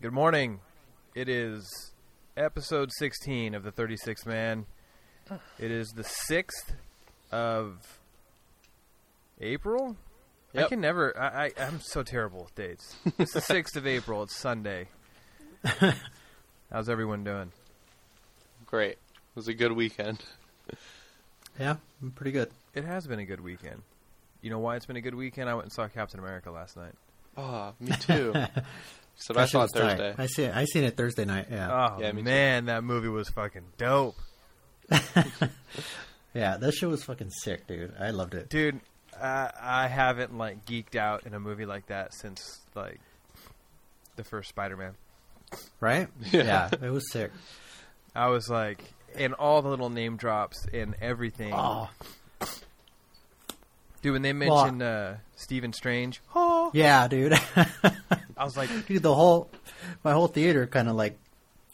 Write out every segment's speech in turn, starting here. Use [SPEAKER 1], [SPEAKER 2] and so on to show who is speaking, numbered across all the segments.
[SPEAKER 1] Good morning. It is episode 16 of the 36th Man. It is the 6th of April. I
[SPEAKER 2] Yep.
[SPEAKER 1] can never. I, I I'm so terrible with dates. It's the 6th of April. It's Sunday. How's everyone doing?
[SPEAKER 2] Great. It was a good weekend.
[SPEAKER 3] Yeah, pretty good.
[SPEAKER 1] It has been a good weekend. You know why it's been a good weekend? I went and saw Captain America last night.
[SPEAKER 2] Ah, me too. Except I saw it
[SPEAKER 3] That shit was
[SPEAKER 2] Thursday.
[SPEAKER 3] tight. I see it. I seen it Thursday night. Yeah,
[SPEAKER 1] Oh
[SPEAKER 2] Yeah, me too.
[SPEAKER 1] man, that movie was fucking dope,
[SPEAKER 3] yeah. That shit was fucking sick, dude. I loved it.
[SPEAKER 1] dude. I, I haven't like geeked out in a movie like that since like the first Spider-Man.
[SPEAKER 3] Right?
[SPEAKER 2] Yeah.
[SPEAKER 3] Yeah, it was sick.
[SPEAKER 1] I was like, and all the little name drops and everything.
[SPEAKER 3] Oh,
[SPEAKER 1] Dude, when they
[SPEAKER 3] Well, I-
[SPEAKER 1] mentioned uh, Stephen Strange, oh,
[SPEAKER 3] yeah, dude.
[SPEAKER 1] I was like,
[SPEAKER 3] dude, the whole my whole theater kind of like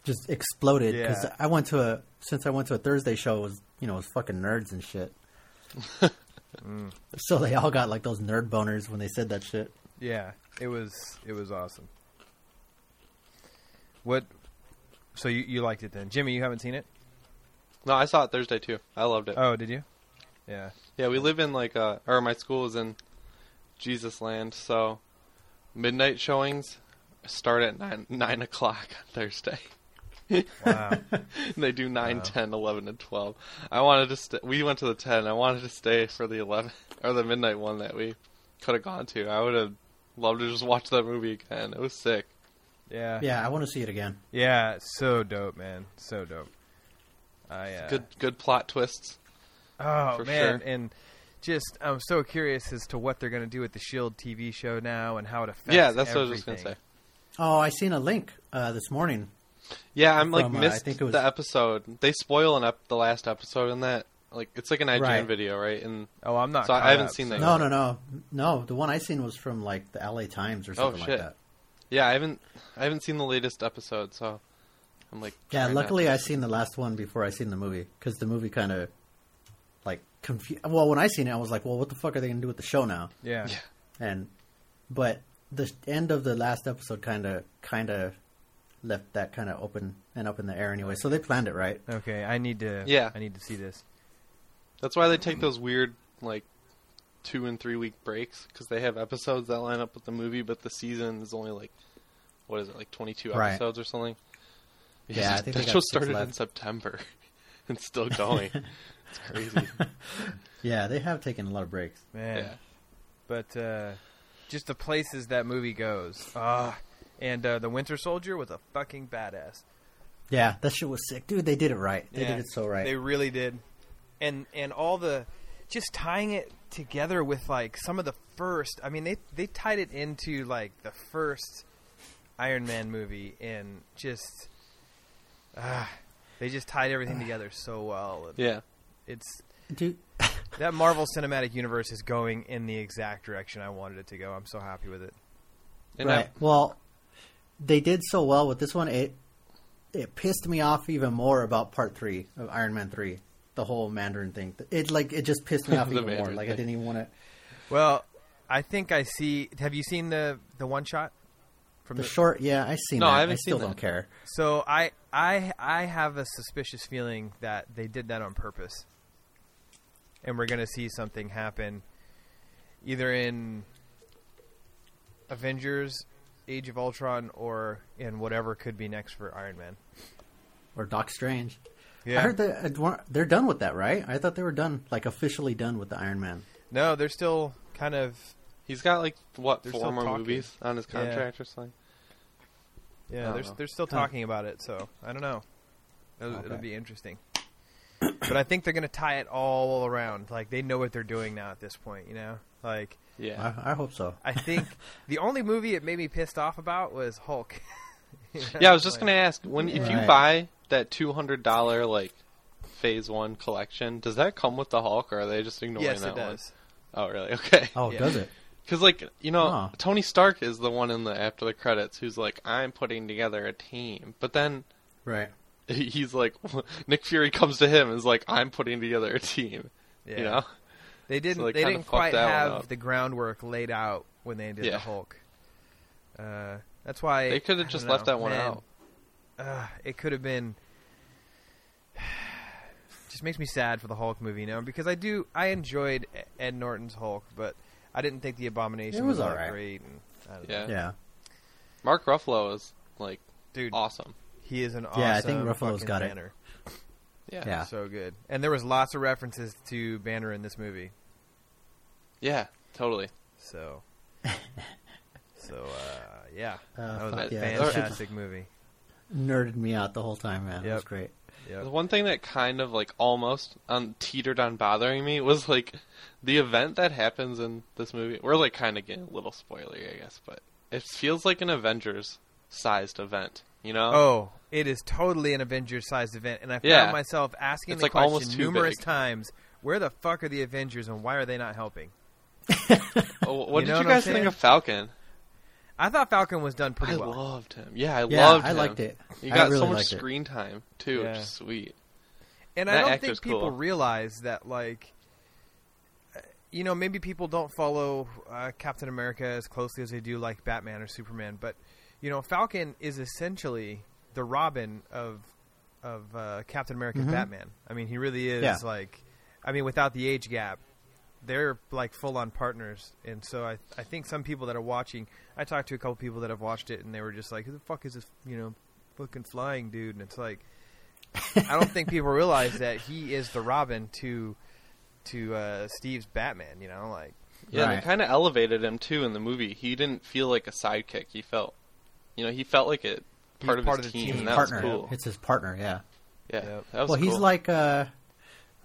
[SPEAKER 3] just exploded
[SPEAKER 1] Yeah.
[SPEAKER 3] because I went to a since I went to a Thursday show it was you know it was fucking nerds and shit. Mm. So they all got like those nerd boners when they said that shit.
[SPEAKER 1] yeah, it was it was awesome. What? So you you liked it then, Jimmy? You haven't seen it?
[SPEAKER 2] No, I saw it Thursday too. I loved it.
[SPEAKER 1] Oh, did you? Yeah.
[SPEAKER 2] yeah, we live in like uh or my school is in Jesus land, so midnight showings start at nine nine o'clock on Thursday.
[SPEAKER 1] Wow.
[SPEAKER 2] they do 9, 10, 11, and twelve. I wanted to st- we went to the ten, I wanted to stay for the eleven or the midnight one that we could have gone to. I would have loved to just watch that movie again. It was sick.
[SPEAKER 1] yeah.
[SPEAKER 3] Yeah, I want to see it again.
[SPEAKER 1] Yeah, it's so dope, man. So dope. I uh,
[SPEAKER 2] Good good plot twists.
[SPEAKER 1] Oh
[SPEAKER 2] for
[SPEAKER 1] man,
[SPEAKER 2] sure.
[SPEAKER 1] and just I'm so curious as to what they're gonna do with the Shield TV show now and how it affects.
[SPEAKER 2] yeah, that's what I was just gonna
[SPEAKER 1] everything.
[SPEAKER 2] say.
[SPEAKER 3] Oh, I seen a link uh, this morning.
[SPEAKER 2] Yeah, I'm like
[SPEAKER 3] From, uh, I
[SPEAKER 2] missed
[SPEAKER 3] think it was-
[SPEAKER 2] the episode. They spoil an up the last episode in that. Like it's like an IGN
[SPEAKER 3] Right.
[SPEAKER 2] video, right? And
[SPEAKER 1] Oh, I'm not.
[SPEAKER 2] So I
[SPEAKER 1] caught
[SPEAKER 2] haven't
[SPEAKER 1] up,
[SPEAKER 2] seen
[SPEAKER 1] so-
[SPEAKER 2] that
[SPEAKER 3] No, no, no, no. The one I seen was from like the L.A. Times or
[SPEAKER 2] Oh,
[SPEAKER 3] something
[SPEAKER 2] shit.
[SPEAKER 3] like that.
[SPEAKER 2] yeah, I haven't I haven't seen the latest episode, so I'm like
[SPEAKER 3] Yeah,
[SPEAKER 2] trying not
[SPEAKER 3] luckily
[SPEAKER 2] to-
[SPEAKER 3] I seen the last one before I seen the movie because the movie kind of like confused. Well, when I seen it, I was like, "Well, what the fuck are they gonna do with the show now?"
[SPEAKER 1] Yeah.
[SPEAKER 2] Yeah.
[SPEAKER 3] And but the end of the last episode kind of kind of left that kind of open and up in the air anyway. So they planned it right.
[SPEAKER 1] Okay, I need to.
[SPEAKER 2] Yeah.
[SPEAKER 1] I need to see this.
[SPEAKER 2] that's why they take those weird like two and three week breaks because they have episodes that line up with the movie, but the season is only like what is it like 22
[SPEAKER 3] Right.
[SPEAKER 2] episodes or something.
[SPEAKER 3] Yeah, I think they
[SPEAKER 2] that
[SPEAKER 3] got
[SPEAKER 2] show
[SPEAKER 3] six
[SPEAKER 2] started in
[SPEAKER 3] left.
[SPEAKER 2] September and still going. it's crazy.
[SPEAKER 3] Yeah, they have taken a lot of breaks.
[SPEAKER 1] Man,
[SPEAKER 2] yeah.
[SPEAKER 1] but uh, just the places that movie goes. Ah, and uh, the Winter Soldier was a fucking badass.
[SPEAKER 3] Yeah, that shit was sick, dude. They did it right. They
[SPEAKER 1] Yeah,
[SPEAKER 3] did it so right.
[SPEAKER 1] They really did. And and all the just tying it together with like some of the first. I mean, they they tied it into like the first Iron Man movie and just ah, they just tied
[SPEAKER 3] Ah.
[SPEAKER 1] everything together so well. And
[SPEAKER 2] Yeah.
[SPEAKER 1] It's
[SPEAKER 3] Dude,
[SPEAKER 1] that Marvel Cinematic Universe is going in the exact direction I wanted it to go. I'm so happy with it.
[SPEAKER 2] And I-
[SPEAKER 3] right. Well, they did so well with this one. It it pissed me off even more about part three of Iron Man three, the whole Mandarin thing. It like it just pissed me off
[SPEAKER 2] The
[SPEAKER 3] even more.
[SPEAKER 2] Mandarin
[SPEAKER 3] Like I
[SPEAKER 2] thing.
[SPEAKER 3] didn't even want to.
[SPEAKER 1] Well, I think I see. Have you seen the the one shot from
[SPEAKER 3] The short, yeah, I seen.
[SPEAKER 2] No,
[SPEAKER 3] that.
[SPEAKER 2] I haven't
[SPEAKER 3] still
[SPEAKER 2] seen
[SPEAKER 3] don't
[SPEAKER 2] that.
[SPEAKER 3] care.
[SPEAKER 1] So I I I have a suspicious feeling that they did that on purpose, and we're gonna see something happen, either in Avengers, Age of Ultron, or in whatever could be next for Iron Man.
[SPEAKER 3] Or Doc Strange.
[SPEAKER 1] Yeah.
[SPEAKER 3] I heard that they're done with that, right? I thought they were done, like officially done with the Iron Man.
[SPEAKER 1] No, they're still kind of
[SPEAKER 2] He's got like what
[SPEAKER 1] They're still
[SPEAKER 2] four more
[SPEAKER 1] talking.
[SPEAKER 2] movies on his contract or something.
[SPEAKER 1] yeah
[SPEAKER 2] Oh.
[SPEAKER 1] they're they're still talking about it. So I don't know. It'll, it'll
[SPEAKER 3] Okay.
[SPEAKER 1] be interesting. But I think they're gonna tie it all around. Like they know what they're doing now at this point. You know, like
[SPEAKER 2] Yeah,
[SPEAKER 3] I, I hope so.
[SPEAKER 1] I think the only movie it made me pissed off about was Hulk.
[SPEAKER 2] yeah. I was just gonna ask when if you
[SPEAKER 3] Right.
[SPEAKER 2] buy that two hundred dollar like Phase One collection, does that come with the Hulk, or are they just ignoring
[SPEAKER 1] Yes,
[SPEAKER 2] that
[SPEAKER 1] it does.
[SPEAKER 2] one? Oh, really? Okay.
[SPEAKER 3] Oh,
[SPEAKER 1] Yeah.
[SPEAKER 3] does it?
[SPEAKER 2] Because like you know,
[SPEAKER 3] Huh.
[SPEAKER 2] Tony Stark is the one in the after the credits who's like, I'm putting together a team, but then
[SPEAKER 3] Right.
[SPEAKER 2] he's like, Nick Fury comes to him and is like, I'm putting together a team.
[SPEAKER 1] Yeah,
[SPEAKER 2] You know?
[SPEAKER 1] they didn't.
[SPEAKER 2] they
[SPEAKER 1] they
[SPEAKER 2] kinda
[SPEAKER 1] didn't
[SPEAKER 2] fucked
[SPEAKER 1] quite
[SPEAKER 2] that one
[SPEAKER 1] have
[SPEAKER 2] up.
[SPEAKER 1] the groundwork laid out when they did
[SPEAKER 2] Yeah.
[SPEAKER 1] the Hulk. Uh, That's why
[SPEAKER 2] They could
[SPEAKER 1] I
[SPEAKER 2] have
[SPEAKER 1] don't
[SPEAKER 2] just left
[SPEAKER 1] know,
[SPEAKER 2] that one
[SPEAKER 1] man.
[SPEAKER 2] out.
[SPEAKER 1] Ugh, it could have been. Just makes me sad for the Hulk movie, you know, because I do I enjoyed E- Ed Norton's Hulk, but I didn't think the Abomination
[SPEAKER 3] It was
[SPEAKER 1] all
[SPEAKER 3] alright.
[SPEAKER 1] great. And, I don't know.
[SPEAKER 2] Yeah.
[SPEAKER 3] Yeah.
[SPEAKER 2] Mark Ruffalo is like
[SPEAKER 1] dude,
[SPEAKER 2] awesome.
[SPEAKER 1] he is an awesome.
[SPEAKER 3] Yeah, I think Ruffalo's
[SPEAKER 1] fucking
[SPEAKER 3] got it.
[SPEAKER 1] Banner.
[SPEAKER 2] Yeah.
[SPEAKER 3] Yeah.
[SPEAKER 1] So good, and there was lots of references to Banner in this movie.
[SPEAKER 2] Yeah, totally.
[SPEAKER 1] So, so uh, yeah,
[SPEAKER 3] Uh,
[SPEAKER 1] that was
[SPEAKER 3] fuck
[SPEAKER 1] a
[SPEAKER 2] yeah.
[SPEAKER 1] fantastic movie.
[SPEAKER 3] Nerded me out the whole time, man. That was
[SPEAKER 1] Yep.
[SPEAKER 3] great.
[SPEAKER 1] Yep.
[SPEAKER 2] The one thing that kind of like almost um, teetered on bothering me was like the event that happens in this movie. We're like kind of getting a little spoilery, I guess, but it feels like an Avengers sized event, you know?
[SPEAKER 1] Oh, it is totally an Avengers sized event, and I found
[SPEAKER 2] Yeah.
[SPEAKER 1] myself asking
[SPEAKER 2] It's
[SPEAKER 1] the
[SPEAKER 2] like
[SPEAKER 1] question
[SPEAKER 2] almost too
[SPEAKER 1] numerous
[SPEAKER 2] big.
[SPEAKER 1] times: Where the fuck are the Avengers, and why are they not helping?
[SPEAKER 2] Oh, what
[SPEAKER 1] You know
[SPEAKER 2] did you
[SPEAKER 1] what I'm
[SPEAKER 2] guys think
[SPEAKER 1] saying?
[SPEAKER 2] of Falcon?
[SPEAKER 1] I thought Falcon was done pretty
[SPEAKER 2] I
[SPEAKER 1] well.
[SPEAKER 2] loved him. Yeah, I
[SPEAKER 3] Yeah,
[SPEAKER 2] loved
[SPEAKER 3] I
[SPEAKER 2] him.
[SPEAKER 3] liked it.
[SPEAKER 2] You
[SPEAKER 3] I
[SPEAKER 2] got
[SPEAKER 3] really
[SPEAKER 2] so much
[SPEAKER 3] liked it.
[SPEAKER 2] screen time too,
[SPEAKER 1] Yeah.
[SPEAKER 2] which is sweet.
[SPEAKER 1] and
[SPEAKER 2] that
[SPEAKER 1] I don't
[SPEAKER 2] actor's
[SPEAKER 1] think people
[SPEAKER 2] cool.
[SPEAKER 1] realize that, like, uh, you know, maybe people don't follow uh, Captain America as closely as they do, like Batman or Superman. But you know, Falcon is essentially the Robin of of uh, Captain America's Batman. I mean, he really is
[SPEAKER 3] Mm-hmm. Yeah.
[SPEAKER 1] like, I mean, without the age gap, they're like full on partners. And so I I think some people that are watching, I talked to a couple people that have watched it, and they were just like, who the fuck is this, you know, fucking flying dude? And it's like. I don't think people realize that he is the Robin to to uh, Steve's Batman. You know, like
[SPEAKER 2] Yeah,
[SPEAKER 3] Right.
[SPEAKER 2] they kind of elevated him too in the movie. He didn't feel like a sidekick. He felt, you know, he felt like a part of
[SPEAKER 1] part
[SPEAKER 2] his
[SPEAKER 1] of the
[SPEAKER 2] team,
[SPEAKER 1] team. His
[SPEAKER 2] and that
[SPEAKER 3] partner.
[SPEAKER 2] was cool.
[SPEAKER 3] It's his partner, yeah.
[SPEAKER 2] Yeah,
[SPEAKER 1] Yep.
[SPEAKER 2] that was
[SPEAKER 3] well, he's
[SPEAKER 2] cool.
[SPEAKER 3] like uh,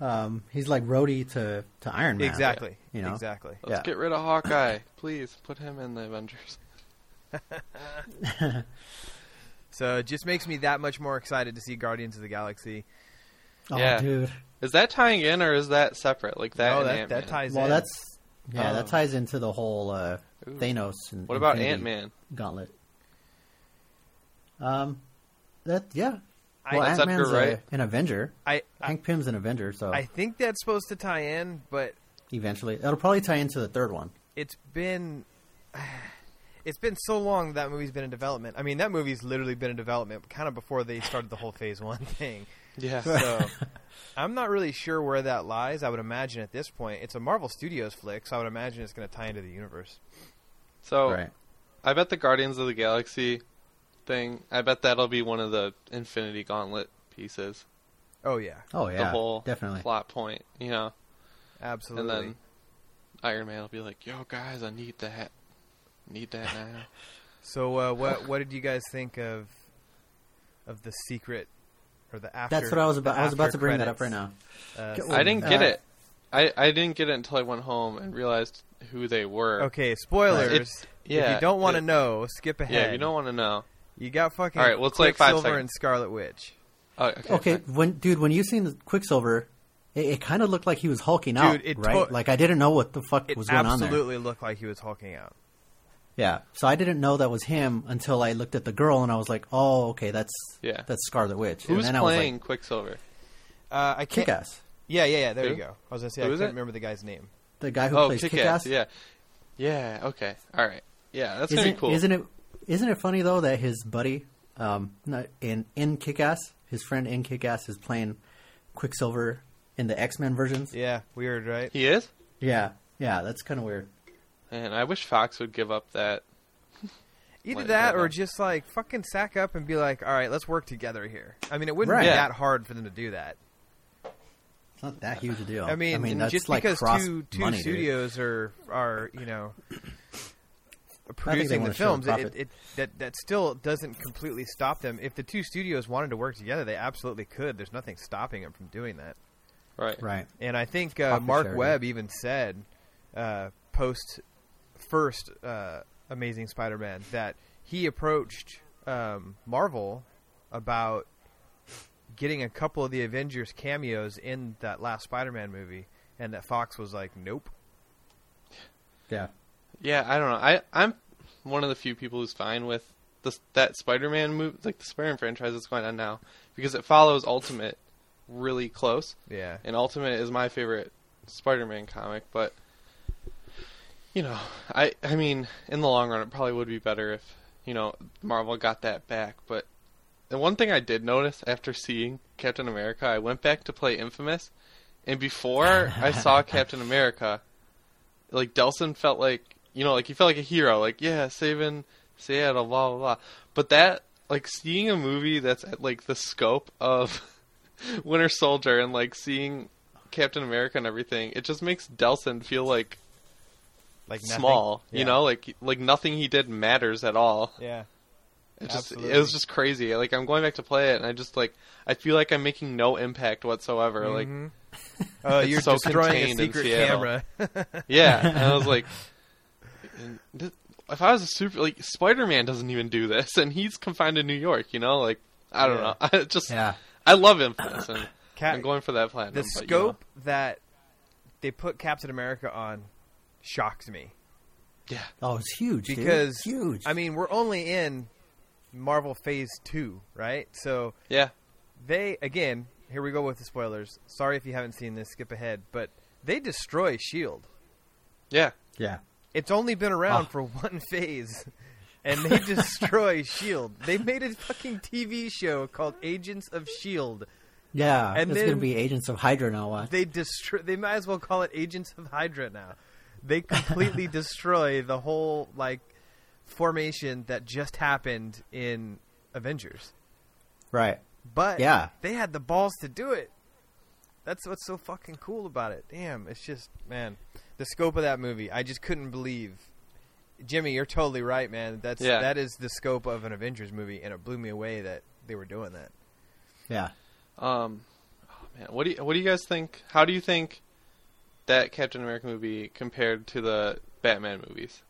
[SPEAKER 3] um, he's like Rhodey to to Iron Man.
[SPEAKER 1] exactly,
[SPEAKER 3] You know?
[SPEAKER 1] exactly.
[SPEAKER 2] Let's
[SPEAKER 3] Yeah.
[SPEAKER 2] get rid of Hawkeye, please. Put him in the Avengers.
[SPEAKER 1] So it just makes me that much more excited to see Guardians of the Galaxy.
[SPEAKER 3] Oh,
[SPEAKER 2] Yeah.
[SPEAKER 3] dude.
[SPEAKER 2] Is that tying in or is that separate? Like that?
[SPEAKER 1] oh,
[SPEAKER 2] and
[SPEAKER 1] that,
[SPEAKER 2] Ant-Man?
[SPEAKER 1] that ties
[SPEAKER 3] Well,
[SPEAKER 1] in.
[SPEAKER 3] that's yeah,
[SPEAKER 2] Oh.
[SPEAKER 3] that ties into the whole uh,
[SPEAKER 2] Ooh.
[SPEAKER 3] Thanos. And
[SPEAKER 2] What about
[SPEAKER 3] Infinity
[SPEAKER 2] Ant Man?
[SPEAKER 3] Gauntlet? Um, that yeah.
[SPEAKER 1] I-
[SPEAKER 3] Well,
[SPEAKER 2] That's
[SPEAKER 3] Ant Man's
[SPEAKER 2] Edgar Wright.
[SPEAKER 3] an Avenger.
[SPEAKER 1] I, I
[SPEAKER 3] Hank Pym's an Avenger, so
[SPEAKER 1] I think that's supposed to tie in, but
[SPEAKER 3] eventually it'll probably tie into the third one.
[SPEAKER 1] it's been it's been so long that movie's been in development. I mean, that movie's literally been in development kind of before they started the whole Phase One thing.
[SPEAKER 2] Yeah.
[SPEAKER 1] So I'm not really sure where that lies. I would imagine at this point it's a Marvel Studios flick, so I would imagine it's going to tie into the universe.
[SPEAKER 2] so
[SPEAKER 3] Right.
[SPEAKER 2] I bet the Guardians of the Galaxy thing. I bet that'll be one of the Infinity Gauntlet pieces.
[SPEAKER 1] Oh yeah,
[SPEAKER 3] Oh yeah,
[SPEAKER 2] the whole
[SPEAKER 3] definitely.
[SPEAKER 2] plot point, you know.
[SPEAKER 1] absolutely.
[SPEAKER 2] And then Iron Man will be like, "Yo, guys, I need that. Need that now."
[SPEAKER 1] so uh, what what did you guys think of of the secret or the after?
[SPEAKER 3] That's what I was about.
[SPEAKER 1] the
[SPEAKER 3] I was about
[SPEAKER 1] after
[SPEAKER 3] to bring that up right
[SPEAKER 1] credits,
[SPEAKER 3] now.
[SPEAKER 1] uh,
[SPEAKER 3] Get-
[SPEAKER 2] I didn't get
[SPEAKER 3] Uh,
[SPEAKER 2] it. I, I didn't get it until I went home and realized who they were.
[SPEAKER 1] Okay, spoilers.
[SPEAKER 2] It's- yeah,
[SPEAKER 1] if you don't want to
[SPEAKER 2] it-
[SPEAKER 1] know, skip ahead.
[SPEAKER 2] Yeah, if you don't want to know.
[SPEAKER 1] You got fucking
[SPEAKER 2] All right, well, it's like five
[SPEAKER 1] Quicksilver
[SPEAKER 2] seconds.
[SPEAKER 1] and Scarlet Witch.
[SPEAKER 2] Oh, okay.
[SPEAKER 3] Okay,
[SPEAKER 2] fine.
[SPEAKER 3] when dude, when you seen Quicksilver, it, it kind of looked like he was hulking
[SPEAKER 1] Dude,
[SPEAKER 3] out,
[SPEAKER 1] it
[SPEAKER 3] right?
[SPEAKER 1] to-
[SPEAKER 3] like I didn't know what the fuck
[SPEAKER 1] It
[SPEAKER 3] was going on there.
[SPEAKER 1] absolutely looked like he was hulking out.
[SPEAKER 3] Yeah, so I didn't know that was him until I looked at the girl and I was like, oh, okay, that's
[SPEAKER 2] Yeah.
[SPEAKER 3] that's Scarlet Witch. and
[SPEAKER 2] Who's
[SPEAKER 3] then
[SPEAKER 2] playing
[SPEAKER 3] I was like,
[SPEAKER 2] Quicksilver?
[SPEAKER 1] Uh, I can't.
[SPEAKER 3] Kick Ass,
[SPEAKER 1] Yeah, yeah, yeah. There
[SPEAKER 2] Who?
[SPEAKER 1] you go. I was gonna say I
[SPEAKER 2] Who is
[SPEAKER 1] couldn't
[SPEAKER 2] it?
[SPEAKER 1] remember the guy's name.
[SPEAKER 3] the guy who
[SPEAKER 2] oh,
[SPEAKER 3] plays
[SPEAKER 2] Kick
[SPEAKER 3] Kick
[SPEAKER 2] Ass.
[SPEAKER 3] Ass.
[SPEAKER 2] Yeah. Yeah. Okay. All right. Yeah, that's
[SPEAKER 3] isn't,
[SPEAKER 2] gonna be cool.
[SPEAKER 3] isn't it? Isn't it funny though that his buddy, um, not, in in Kick Ass, his friend in Kick Ass is playing Quicksilver in the X Men versions.
[SPEAKER 1] Yeah, weird, right?
[SPEAKER 2] He is.
[SPEAKER 3] yeah, yeah that's kind of weird.
[SPEAKER 2] And I wish Fox would give up that.
[SPEAKER 1] Either
[SPEAKER 2] Like,
[SPEAKER 1] that
[SPEAKER 2] yeah.
[SPEAKER 1] or just like fucking sack up and be like, all right, let's work together here. I mean, it wouldn't
[SPEAKER 3] Right.
[SPEAKER 1] be
[SPEAKER 2] Yeah.
[SPEAKER 1] that hard for them to do that.
[SPEAKER 3] It's not that huge a deal.
[SPEAKER 1] I mean,
[SPEAKER 3] that's
[SPEAKER 1] just
[SPEAKER 3] like
[SPEAKER 1] because
[SPEAKER 3] cross
[SPEAKER 1] two two
[SPEAKER 3] money, dude.
[SPEAKER 1] studios are are you know
[SPEAKER 3] I think
[SPEAKER 1] producing
[SPEAKER 3] they
[SPEAKER 1] the
[SPEAKER 3] wanna show
[SPEAKER 1] films, it,
[SPEAKER 3] profit.
[SPEAKER 1] it that that still doesn't completely stop them. If the two studios wanted to work together, they absolutely could. There's nothing stopping them from doing that.
[SPEAKER 2] Right.
[SPEAKER 3] Right.
[SPEAKER 1] And I think uh,
[SPEAKER 3] Profit
[SPEAKER 1] Mark
[SPEAKER 3] sharing.
[SPEAKER 1] Webb even said uh, post first uh, Amazing Spider-Man that he approached um, Marvel about getting a couple of the Avengers cameos in that last Spider-Man movie, and that Fox was like, "Nope."
[SPEAKER 3] Yeah.
[SPEAKER 2] Yeah. I don't know. I I'm one of the few people who's fine with this that Spider-Man movie, like the Spider-Man franchise that's going on now, because it follows Ultimate really close.
[SPEAKER 1] Yeah,
[SPEAKER 2] and Ultimate is my favorite Spider-Man comic, but you know, I I mean, in the long run, it probably would be better if you know, Marvel got that back. But the one thing I did notice after seeing Captain America, I went back to play Infamous, and before I saw Captain America, like Delson felt like you know, like he felt like a hero, like yeah, saving Seattle, blah blah blah. But that, like, seeing a movie that's at like the scope of Winter Soldier and like seeing Captain America and everything, it just makes Delson feel like
[SPEAKER 1] Like nothing.
[SPEAKER 2] small,
[SPEAKER 1] Yeah.
[SPEAKER 2] you know, like like nothing he did matters at all.
[SPEAKER 1] Yeah.
[SPEAKER 2] It just it
[SPEAKER 1] Absolutely.
[SPEAKER 2] was just crazy. Like I'm going back to play it, and I just like I feel like I'm making no impact whatsoever.
[SPEAKER 1] Mhm. Oh,
[SPEAKER 2] It's
[SPEAKER 1] you're
[SPEAKER 2] so
[SPEAKER 1] destroying a
[SPEAKER 2] contained in
[SPEAKER 1] secret
[SPEAKER 2] Seattle.
[SPEAKER 1] camera.
[SPEAKER 2] Like yeah, and I was like, and th- if I was a super like Spider Man doesn't even do this, and he's confined to New York, you know, like I don't
[SPEAKER 1] Yeah.
[SPEAKER 2] know. I just
[SPEAKER 3] Yeah.
[SPEAKER 2] I love Infamous, and
[SPEAKER 1] Ca-
[SPEAKER 2] I'm going for that platinum.
[SPEAKER 1] the
[SPEAKER 2] but, you know.
[SPEAKER 1] scope that they put Captain America on shocks me
[SPEAKER 2] yeah,
[SPEAKER 3] Oh, it's huge. dude.
[SPEAKER 1] because
[SPEAKER 3] huge.
[SPEAKER 1] I mean, we're only in Marvel Phase Two, right? So
[SPEAKER 2] yeah,
[SPEAKER 1] they again, here we go with the spoilers. Sorry if you haven't seen this, skip ahead. But they destroy Shield.
[SPEAKER 2] yeah.
[SPEAKER 3] yeah.
[SPEAKER 1] E It's only been around
[SPEAKER 3] Oh.
[SPEAKER 1] for one phase, and they destroy Shield. E They made a fucking TV show called Agents of Shield.
[SPEAKER 3] Yeah,
[SPEAKER 1] And
[SPEAKER 3] it's
[SPEAKER 1] then-
[SPEAKER 3] going to be Agents of Hydra now. What?
[SPEAKER 1] They destroy. They might as well call it Agents of Hydra now. They completely destroy the whole like formation that just happened in Avengers.
[SPEAKER 3] right.
[SPEAKER 1] But
[SPEAKER 3] Yeah.
[SPEAKER 1] they had the balls to do it. That's what's so fucking cool about it. Damn, it's just man, the scope of that movie. I just couldn't believe. Jimmy, you're totally right, man. That's
[SPEAKER 2] Yeah.
[SPEAKER 1] that is the scope of an Avengers movie, and it blew me away that they were doing that.
[SPEAKER 3] Yeah.
[SPEAKER 2] Um, oh man, what do you, what do you guys think? How do you think that Captain America movie compared to the Batman movies?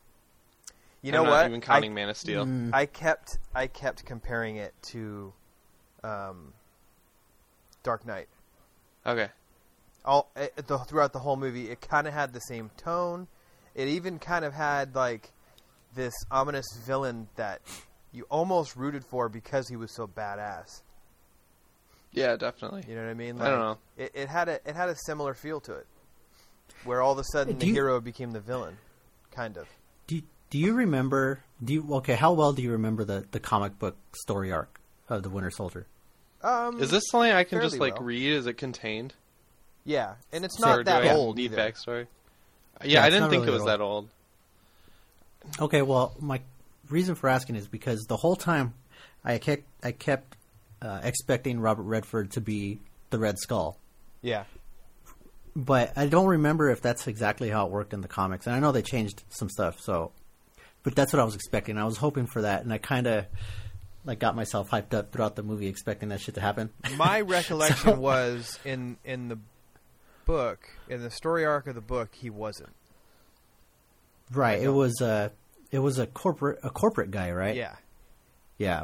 [SPEAKER 1] You
[SPEAKER 2] I'm
[SPEAKER 1] know
[SPEAKER 2] not
[SPEAKER 1] what?
[SPEAKER 2] Even
[SPEAKER 1] I- Mm.
[SPEAKER 2] counting Man of Steel.
[SPEAKER 1] I kept I kept comparing it to um, Dark Knight.
[SPEAKER 2] Okay.
[SPEAKER 1] All it, it- the, throughout the whole movie, it kind of had the same tone. It even kind of had like this ominous villain that you almost rooted for because he was so badass.
[SPEAKER 2] Yeah, definitely.
[SPEAKER 1] You know what I mean?
[SPEAKER 2] I don't know.
[SPEAKER 1] It, it had a it had a similar feel to it, where all of a sudden
[SPEAKER 3] Do
[SPEAKER 1] the
[SPEAKER 3] you-
[SPEAKER 1] hero became the villain, kind of.
[SPEAKER 3] Do Do you remember? Do you okay? How well do you remember the the comic book story arc of the Winter Soldier?
[SPEAKER 1] Um,
[SPEAKER 2] Is this something I can
[SPEAKER 1] Fairly
[SPEAKER 2] just like
[SPEAKER 1] well.
[SPEAKER 2] read? Is it contained?
[SPEAKER 1] yeah, and it's
[SPEAKER 2] or
[SPEAKER 1] not
[SPEAKER 2] do
[SPEAKER 1] that
[SPEAKER 2] I
[SPEAKER 1] old
[SPEAKER 2] need
[SPEAKER 1] either.
[SPEAKER 2] backstory? Yeah,
[SPEAKER 3] Yeah,
[SPEAKER 2] I
[SPEAKER 3] it's
[SPEAKER 2] didn't
[SPEAKER 3] not
[SPEAKER 2] think
[SPEAKER 3] really
[SPEAKER 2] it was
[SPEAKER 3] old.
[SPEAKER 2] that old.
[SPEAKER 3] Okay, well, my reason for asking is because the whole time I kept I kept uh, expecting Robert Redford to be the Red Skull,
[SPEAKER 1] Yeah,
[SPEAKER 3] but I don't remember if that's exactly how it worked in the comics. And I know they changed some stuff, so but that's what I was expecting. I was hoping for that, and I kind of like got myself hyped up throughout the movie expecting that shit to happen.
[SPEAKER 1] my recollection was in in the book in the story arc of the book he wasn't
[SPEAKER 3] right, it was uh it was a corporate a corporate guy, right?
[SPEAKER 1] yeah
[SPEAKER 3] Yeah.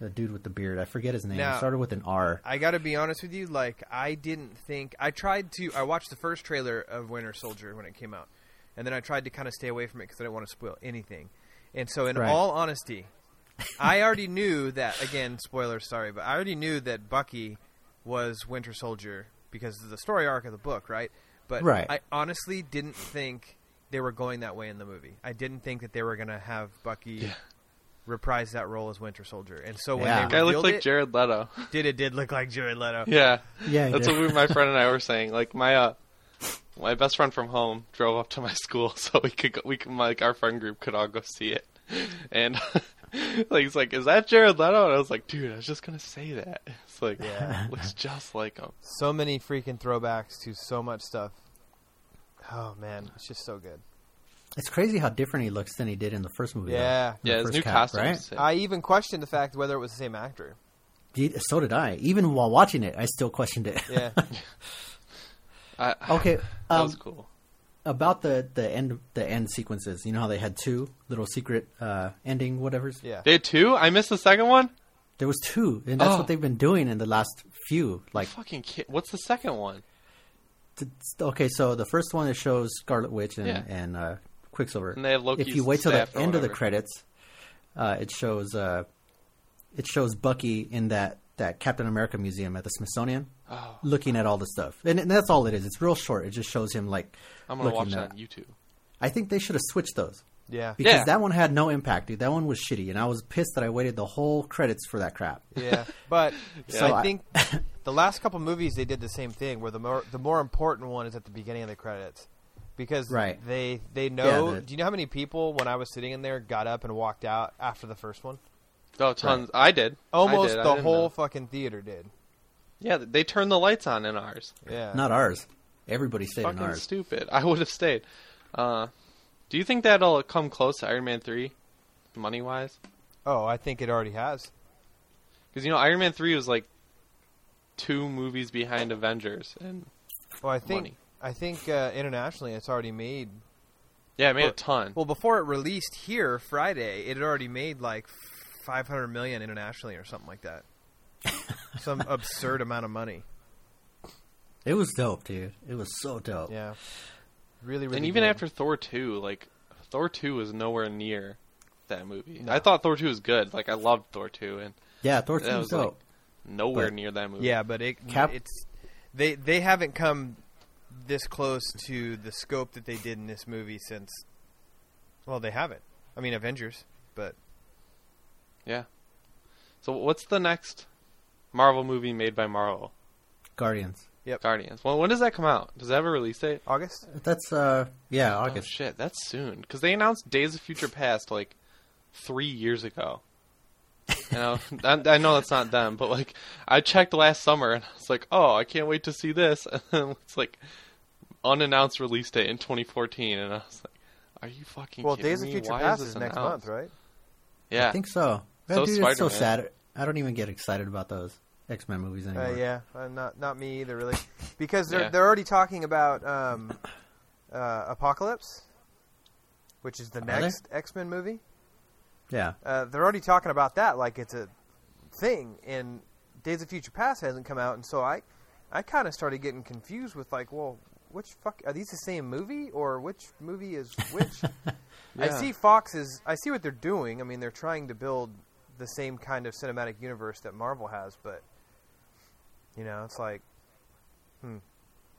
[SPEAKER 3] The dude with the beard. I forget his name.
[SPEAKER 1] Now-
[SPEAKER 3] it started with an R.
[SPEAKER 1] i gotta be honest with you like i didn't think i tried to i watched the first trailer of winter soldier when it came out and then i tried to kind of stay away from it because i didn't want to spoil anything and so in
[SPEAKER 3] Right.
[SPEAKER 1] all honesty i already knew that again spoiler sorry but i already knew that bucky was winter soldier because of the story arc of the book right but
[SPEAKER 3] Right.
[SPEAKER 1] i honestly didn't think they were going that way in the movie i didn't think that they were going to have bucky reprise that role as Winter Soldier. And so when
[SPEAKER 3] Yeah.
[SPEAKER 1] they
[SPEAKER 2] Guy
[SPEAKER 1] revealed
[SPEAKER 2] looked like
[SPEAKER 1] it,
[SPEAKER 2] Jared Leto.
[SPEAKER 1] did it did look like Jared Leto.
[SPEAKER 2] yeah.
[SPEAKER 3] Yeah, he
[SPEAKER 2] That's
[SPEAKER 3] did.
[SPEAKER 2] what we, my friend and I were saying. Like my uh, my best friend from home drove up to my school so we could go, we could, like our friend group could all go see it, and like he's like, "Is that Jared Leto?" And I was like, "Dude, I was just gonna say that." It's like
[SPEAKER 1] Yeah.
[SPEAKER 2] looks just like him.
[SPEAKER 1] So many freaking throwbacks to so much stuff. Oh man, it's just so good.
[SPEAKER 3] It's crazy how different he looks than he did in the first movie. though.
[SPEAKER 1] Yeah.
[SPEAKER 3] In the
[SPEAKER 2] Yeah, his
[SPEAKER 3] first
[SPEAKER 2] new
[SPEAKER 3] cap,
[SPEAKER 2] costume.
[SPEAKER 3] right?
[SPEAKER 2] is sick.
[SPEAKER 1] I even questioned the fact whether it was the same actor.
[SPEAKER 3] Dude, So did I. Even while watching it, I still questioned it.
[SPEAKER 1] Yeah.
[SPEAKER 2] I,
[SPEAKER 3] okay.
[SPEAKER 2] that
[SPEAKER 3] Um,
[SPEAKER 2] was cool.
[SPEAKER 3] about the the end the end sequences. You know how they had two little secret uh, ending whatever's.
[SPEAKER 1] Yeah.
[SPEAKER 2] Day two, I missed the second one.
[SPEAKER 3] There was two, and that's
[SPEAKER 2] Oh.
[SPEAKER 3] what they've been doing in the last few. Like,
[SPEAKER 2] Fucking kid, what's the second one?
[SPEAKER 3] t- t- okay, so the first one that shows Scarlet Witch and
[SPEAKER 2] Yeah.
[SPEAKER 3] and uh, Quicksilver.
[SPEAKER 2] And they have Loki's
[SPEAKER 3] if you wait till the
[SPEAKER 2] staff or
[SPEAKER 3] end of the
[SPEAKER 2] whatever.
[SPEAKER 3] credits, uh, it shows uh, it shows Bucky in that that Captain America museum at the Smithsonian.
[SPEAKER 2] Oh,
[SPEAKER 3] looking at all the stuff, and, and that's all it is. It's real short. It just shows him like
[SPEAKER 2] I'm gonna watch
[SPEAKER 3] looking
[SPEAKER 2] that
[SPEAKER 3] at-
[SPEAKER 2] on YouTube.
[SPEAKER 3] I think they should have switched those.
[SPEAKER 1] Yeah.
[SPEAKER 3] because
[SPEAKER 2] Yeah.
[SPEAKER 3] that one had no impact, dude. That one was shitty, and I was pissed that I waited the whole credits for that crap.
[SPEAKER 1] Yeah, but
[SPEAKER 3] So
[SPEAKER 1] I
[SPEAKER 3] I-
[SPEAKER 1] think the last couple movies they did the same thing, where the more the more important one is at the beginning of the credits, because
[SPEAKER 3] Right.
[SPEAKER 1] they they know.
[SPEAKER 3] the-
[SPEAKER 1] do you know how many people when I was sitting in there got up and walked out after the first one?
[SPEAKER 2] Oh, tons. I did. I
[SPEAKER 1] Almost
[SPEAKER 2] did. I
[SPEAKER 1] the
[SPEAKER 2] didn't
[SPEAKER 1] whole
[SPEAKER 2] know.
[SPEAKER 1] fucking theater did.
[SPEAKER 2] Yeah, they turned the lights on in ours.
[SPEAKER 1] Yeah,
[SPEAKER 3] Not ours. Everybody stayed in
[SPEAKER 2] Fucking
[SPEAKER 3] ours.
[SPEAKER 2] stupid. I would have stayed. Uh, do you think that'll come close to Iron Man three, money wise?
[SPEAKER 1] oh, I think it already has.
[SPEAKER 2] Because you know Iron Man three was like two movies behind Avengers, and
[SPEAKER 1] Well, I think
[SPEAKER 2] Money.
[SPEAKER 1] I think uh, internationally it's already made.
[SPEAKER 2] yeah, it made a
[SPEAKER 1] Well-
[SPEAKER 2] ton.
[SPEAKER 1] Well, before it released here Friday, it had already made like five hundred million internationally or something like that. Some absurd amount of money.
[SPEAKER 3] It was dope, dude. It was so dope.
[SPEAKER 1] Yeah. Really, really.
[SPEAKER 2] and even
[SPEAKER 1] good.
[SPEAKER 2] after Thor two, like Thor two was nowhere near that movie.
[SPEAKER 1] No.
[SPEAKER 2] I thought Thor two was good. Like I loved Thor two, and
[SPEAKER 3] Yeah, Thor
[SPEAKER 2] That
[SPEAKER 3] 2 was
[SPEAKER 2] was, like,
[SPEAKER 3] dope.
[SPEAKER 2] nowhere
[SPEAKER 3] But-
[SPEAKER 2] near that movie.
[SPEAKER 1] yeah, but it
[SPEAKER 3] Cap-
[SPEAKER 1] it's they they haven't come this close to the scope that they did in this movie since. Well, they haven't. I mean, Avengers, but
[SPEAKER 2] yeah. So what's the next Marvel movie made by Marvel?
[SPEAKER 3] Guardians.
[SPEAKER 2] Guardians. Well, when does that come out? Does that have a release date?
[SPEAKER 1] August.
[SPEAKER 3] That's, uh, yeah,
[SPEAKER 2] Oh
[SPEAKER 3] August.
[SPEAKER 2] shit, that's soon. Because they announced Days of Future Past like three years ago. You know, I, I know that's not them, but like I checked last summer and I was like, oh, I can't wait to see this. And it's like unannounced release date in 2014, and I was like, are you fucking
[SPEAKER 1] Well,
[SPEAKER 2] kidding
[SPEAKER 1] Days of
[SPEAKER 2] me?
[SPEAKER 1] Future
[SPEAKER 2] Why
[SPEAKER 1] Past
[SPEAKER 2] is,
[SPEAKER 1] is,
[SPEAKER 2] this
[SPEAKER 1] next
[SPEAKER 2] announced?
[SPEAKER 1] month, right?
[SPEAKER 2] Yeah,
[SPEAKER 3] I think so. That
[SPEAKER 2] So
[SPEAKER 3] dude, it's so
[SPEAKER 2] Spider-Man.
[SPEAKER 3] sad. I don't even get excited about those X Men movies anymore.
[SPEAKER 1] Uh, yeah, uh, not not me either, really, because they're
[SPEAKER 2] Yeah.
[SPEAKER 1] they're already talking about um, uh, Apocalypse, which is the
[SPEAKER 3] they?
[SPEAKER 1] next X Men movie.
[SPEAKER 3] Yeah.
[SPEAKER 1] uh, they're already talking about that like it's a thing and days of future past hasn't come out and so i i kind of started getting confused with like well which fuck are these the same movie or which movie is which i
[SPEAKER 2] Yeah.
[SPEAKER 1] see fox is i see what they're doing i mean they're trying to build the same kind of cinematic universe that marvel has but you know it's like hmm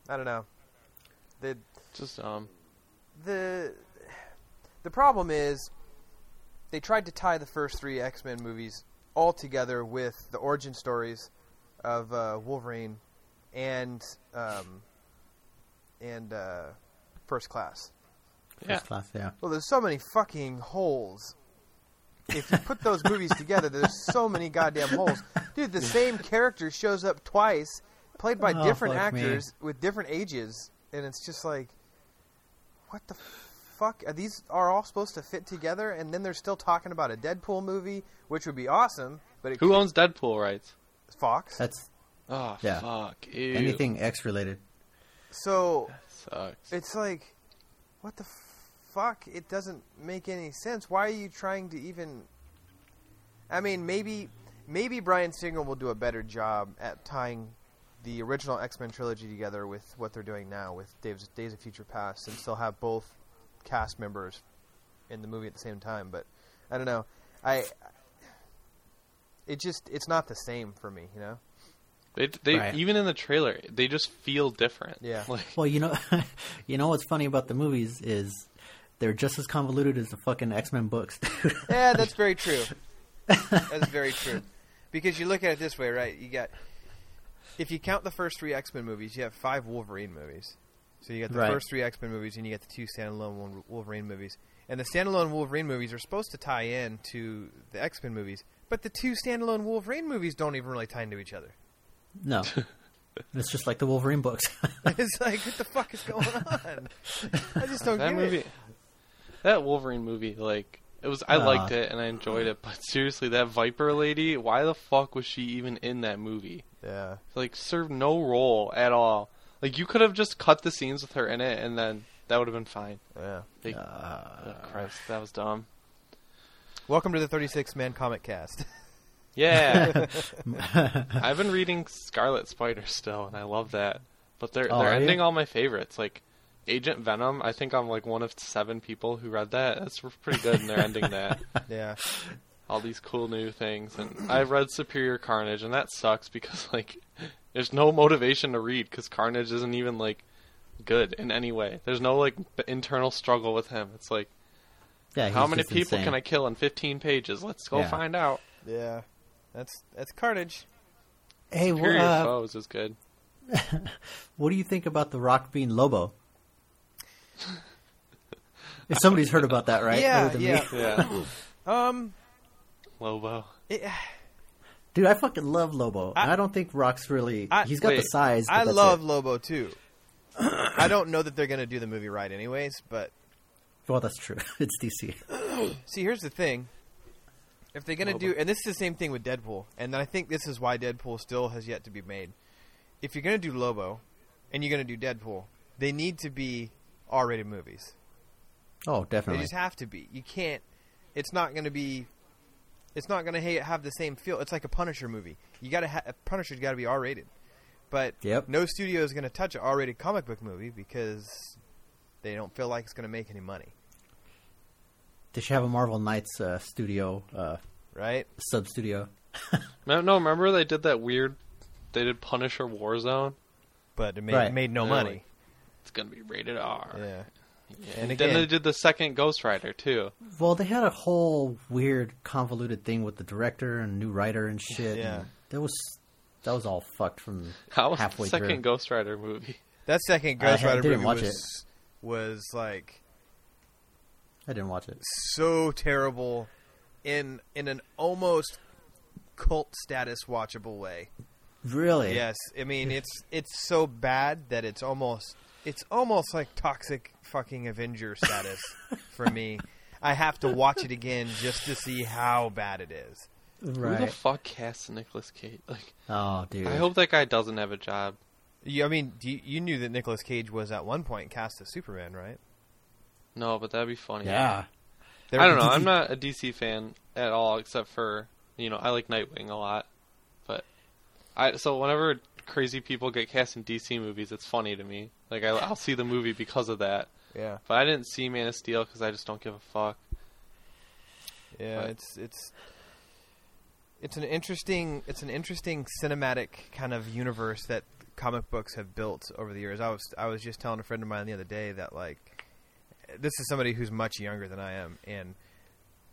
[SPEAKER 1] i don't know the
[SPEAKER 2] just um,
[SPEAKER 1] the the problem is they tried to tie the first three X Men movies all together with the origin stories of uh, Wolverine and um, and uh, First Class.
[SPEAKER 2] yeah.
[SPEAKER 3] First class, yeah.
[SPEAKER 1] Well, there's so many fucking holes. If you put those movies together, there's so many goddamn holes. Dude, the same character shows up twice, played by
[SPEAKER 3] Oh,
[SPEAKER 1] different
[SPEAKER 3] fuck me.
[SPEAKER 1] actors with different ages, and it's just like, what the fuck? Are these are all supposed to fit together? And then they're still talking about a Deadpool movie, which would be awesome, but it
[SPEAKER 2] Who owns Deadpool rights?
[SPEAKER 1] Fox.
[SPEAKER 3] That's
[SPEAKER 2] Oh
[SPEAKER 3] Yeah.
[SPEAKER 2] fuck, ew,
[SPEAKER 3] anything X related.
[SPEAKER 1] So
[SPEAKER 2] sucks.
[SPEAKER 1] it's like, what the fuck? It doesn't make any sense. Why are you trying to even? I mean, maybe maybe Brian Singer will do a better job at tying the original X Men trilogy together with what they're doing now with Dave's, Days of Future Past, and still have both cast members in the movie at the same time. But I don't know. I it just it's not the same for me, you know.
[SPEAKER 2] They, they
[SPEAKER 3] Right.
[SPEAKER 2] even in the trailer, they just feel different.
[SPEAKER 1] Yeah.
[SPEAKER 2] like
[SPEAKER 3] Well, you know, you know what's funny about the movies is they're just as convoluted as the fucking X Men books, dude.
[SPEAKER 1] Yeah, that's very true. that's very true. Because you look at it this way, right? You got if you count the first three X Men movies, you have five Wolverine movies. So you got the
[SPEAKER 3] Right.
[SPEAKER 1] first three X Men movies, and you got the two standalone Wol- Wolverine movies. And the standalone Wolverine movies are supposed to tie in to the X Men movies, but the two standalone Wolverine movies don't even really tie into each other.
[SPEAKER 3] no, it's just like the Wolverine books.
[SPEAKER 1] it's like, what the fuck is going on? I just don't
[SPEAKER 2] that
[SPEAKER 1] get
[SPEAKER 2] movie,
[SPEAKER 1] it.
[SPEAKER 2] that Wolverine movie, like it was. I
[SPEAKER 3] Nah.
[SPEAKER 2] liked it and I enjoyed it, but seriously, that Viper lady, why the fuck was she even in that movie?
[SPEAKER 1] Yeah,
[SPEAKER 2] Like, served no role at all. Like, you could have just cut the scenes with her in it, and then that would have been fine.
[SPEAKER 1] yeah.
[SPEAKER 2] Like, oh, Christ, that was dumb.
[SPEAKER 1] Welcome to the Thirty Six Man Comic Cast.
[SPEAKER 2] Yeah, I've been reading Scarlet Spider still, and I love that. But they're
[SPEAKER 3] Oh,
[SPEAKER 2] they're
[SPEAKER 3] are you?
[SPEAKER 2] ending all my favorites, like Agent Venom. I think I'm like one of seven people who read that. That's pretty good, and they're ending that.
[SPEAKER 1] yeah.
[SPEAKER 2] all these cool new things and i read superior carnage and that sucks because like there's no motivation to read because carnage isn't even like good in any way there's no like b- internal struggle with him it's like
[SPEAKER 3] Yeah,
[SPEAKER 2] How
[SPEAKER 3] he's
[SPEAKER 2] many
[SPEAKER 3] just
[SPEAKER 2] people
[SPEAKER 3] insane.
[SPEAKER 2] can I kill in 15 pages? Let's go
[SPEAKER 3] Yeah.
[SPEAKER 2] find out.
[SPEAKER 1] Yeah, that's that's Carnage.
[SPEAKER 3] Hey, wh-
[SPEAKER 2] Superior
[SPEAKER 3] uh,
[SPEAKER 2] foes is good.
[SPEAKER 3] what do you think about the Rock being Lobo? If somebody's heard about that, right?
[SPEAKER 1] Yeah,
[SPEAKER 3] Other than me.
[SPEAKER 1] yeah.
[SPEAKER 2] Yeah,
[SPEAKER 1] Um,
[SPEAKER 2] Lobo.
[SPEAKER 1] it-
[SPEAKER 3] Dude, I fucking love Lobo.
[SPEAKER 1] I-
[SPEAKER 3] and I don't think Rock's really.
[SPEAKER 1] I-
[SPEAKER 3] he's got the
[SPEAKER 2] wait,
[SPEAKER 3] size. but
[SPEAKER 1] I
[SPEAKER 3] that's
[SPEAKER 1] love
[SPEAKER 3] it.
[SPEAKER 1] Lobo too. I don't know that they're going to do the movie right, anyways. But
[SPEAKER 3] Well, that's true. it's DC.
[SPEAKER 1] see, here's the thing: if they're going to
[SPEAKER 2] Lobo.
[SPEAKER 1] do, and this is the same thing with Deadpool, and I think this is why Deadpool still has yet to be made. If you're going to do Lobo, and you're going to do Deadpool, they need to be R-rated movies.
[SPEAKER 3] Oh,
[SPEAKER 1] They
[SPEAKER 3] definitely.
[SPEAKER 1] just have to be. You can't. It's not going to be. It's not going to ha- have the same feel. It's like a Punisher movie. You got to ha- Punisher's got to be R rated, but
[SPEAKER 3] Yep.
[SPEAKER 1] no studio is going to touch an R rated comic book movie because they don't feel like it's going to make any money,
[SPEAKER 3] They should have a Marvel Knights uh, studio, uh,
[SPEAKER 1] right?
[SPEAKER 3] sub studio.
[SPEAKER 2] No, no, remember they did that weird. They did Punisher Warzone.
[SPEAKER 1] But it made,
[SPEAKER 3] Right.
[SPEAKER 1] made no
[SPEAKER 2] Yeah,
[SPEAKER 1] money.
[SPEAKER 2] It's gonna be rated R.
[SPEAKER 1] Yeah,
[SPEAKER 2] And,
[SPEAKER 1] And
[SPEAKER 2] then
[SPEAKER 1] again-
[SPEAKER 2] they did the second Ghost Rider too.
[SPEAKER 3] Well, they had a whole weird, convoluted thing with the director and new writer and shit.
[SPEAKER 1] Yeah.
[SPEAKER 3] and that was that was all fucked from
[SPEAKER 2] How was
[SPEAKER 3] halfway
[SPEAKER 2] the second
[SPEAKER 3] through.
[SPEAKER 2] Ghost Rider movie?
[SPEAKER 1] that second
[SPEAKER 3] I
[SPEAKER 1] Ghost
[SPEAKER 3] had-
[SPEAKER 1] Rider
[SPEAKER 3] didn't
[SPEAKER 1] movie
[SPEAKER 3] watch
[SPEAKER 1] was was like
[SPEAKER 3] I didn't watch it.
[SPEAKER 1] so terrible in in an almost cult status watchable way.
[SPEAKER 3] Really?
[SPEAKER 1] Yes, I mean it's it's so bad that it's almost it's almost like toxic fucking Avenger status for me. I have to watch it again just to see how bad it is.
[SPEAKER 2] Who the
[SPEAKER 3] Right.
[SPEAKER 2] fuck cast Nicolas Cage? Like,
[SPEAKER 3] oh, dude.
[SPEAKER 2] I hope that guy doesn't have a job.
[SPEAKER 1] You, I mean, do you, you knew that Nicolas Cage was at one point cast as Superman, right?
[SPEAKER 2] No, but that'd be funny.
[SPEAKER 3] yeah.
[SPEAKER 1] There-
[SPEAKER 2] I don't know.
[SPEAKER 3] DC
[SPEAKER 2] I'm not a DC fan at all, except for you know I like Nightwing a lot, but I so whenever crazy people get cast in DC movies, it's funny to me. Like I, I'll see the movie because of that,
[SPEAKER 1] Yeah,
[SPEAKER 2] but I didn't see Man of Steel because I just don't give a fuck.
[SPEAKER 1] yeah.
[SPEAKER 2] Right.
[SPEAKER 1] It's it's it's an interesting it's an interesting cinematic kind of universe that comic books have built over the years. I was I was just telling a friend of mine the other day that like this is somebody who's much younger than I am, and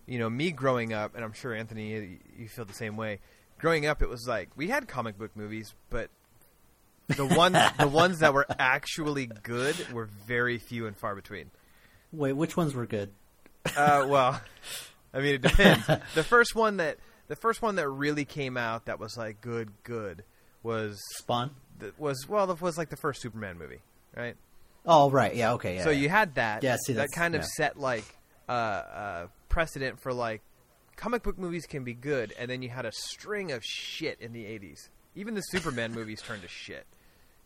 [SPEAKER 1] you know me growing up, and I'm sure Anthony, you- you feel the same way. Growing up, it was like we had comic book movies, but the ones the ones that were actually good were very few and far between.
[SPEAKER 3] Wait, which ones were good?
[SPEAKER 1] Uh, well, I mean, it depends. the first one that the first one that really came out that was like good, good was
[SPEAKER 3] Spawn.
[SPEAKER 1] the, was well, that was like the first Superman movie, right?
[SPEAKER 3] Oh, right. Yeah. Okay. Yeah.
[SPEAKER 1] so
[SPEAKER 3] yeah.
[SPEAKER 1] you had that.
[SPEAKER 3] Yeah, see,
[SPEAKER 1] that
[SPEAKER 3] that's-
[SPEAKER 1] kind of
[SPEAKER 3] yeah.
[SPEAKER 1] set like uh, uh, precedent for like comic book movies can be good, and then you had a string of shit in the '80s. Even the Superman movies turned to shit,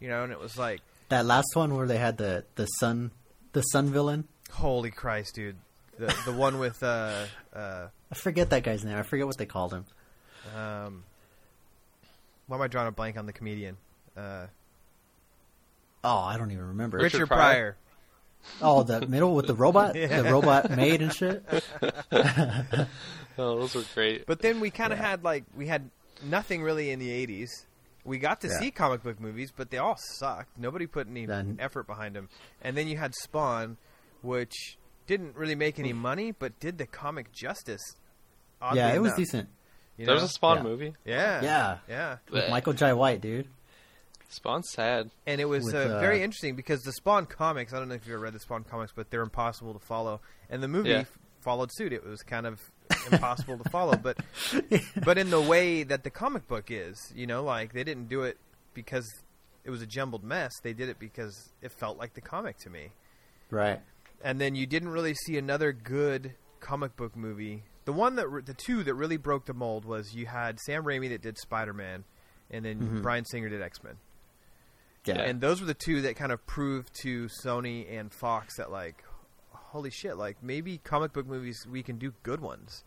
[SPEAKER 1] you know. And it was like,
[SPEAKER 3] that last one where they had the the sun the sun villain.
[SPEAKER 1] holy Christ, dude! The the one with uh, uh,
[SPEAKER 3] I forget that guy's name. I forget what they called him.
[SPEAKER 1] um, why am I drawing a blank on the comedian? Uh,
[SPEAKER 3] Oh, I don't even remember.
[SPEAKER 2] Richard
[SPEAKER 1] Richard,
[SPEAKER 2] Pryor.
[SPEAKER 1] Pryor.
[SPEAKER 3] Oh, the middle with the robot, the robot maid and shit.
[SPEAKER 2] Oh, those were great.
[SPEAKER 1] But then we kind of had like we had nothing really in the '80s. We got to
[SPEAKER 3] Yeah.
[SPEAKER 1] see comic book movies, but they all sucked. Nobody put any
[SPEAKER 3] Then-
[SPEAKER 1] effort behind them. And then you had Spawn, which didn't really make any money, but did the comic justice. oddly
[SPEAKER 3] Yeah, it was
[SPEAKER 1] enough,
[SPEAKER 3] decent.
[SPEAKER 1] You
[SPEAKER 2] there was
[SPEAKER 1] know?
[SPEAKER 2] a Spawn
[SPEAKER 3] Yeah.
[SPEAKER 2] movie.
[SPEAKER 1] yeah,
[SPEAKER 3] Yeah.
[SPEAKER 1] yeah.
[SPEAKER 3] With
[SPEAKER 2] Bleh.
[SPEAKER 3] Michael J. White, dude.
[SPEAKER 2] Spawn's sad.
[SPEAKER 1] And it was
[SPEAKER 3] With,
[SPEAKER 1] uh,
[SPEAKER 3] uh,
[SPEAKER 1] very interesting because the Spawn comics. I don't know if you ever read the Spawn comics, but they're impossible to follow. And the movie
[SPEAKER 2] Yeah.
[SPEAKER 1] f- followed suit. It was kind of impossible to follow, but but in the way that the comic book is, you know, like they didn't do it because it was a jumbled mess. They did it because it felt like the comic to me.
[SPEAKER 3] Right.
[SPEAKER 1] And then you didn't really see another good comic book movie. The one that re- the two that really broke the mold was you had Sam Raimi that did Spider Man, and then Brian Singer did X Men.
[SPEAKER 3] Yeah.
[SPEAKER 1] And those were the two that kind of proved to Sony and Fox that like, holy shit, like maybe comic book movies we can do good ones.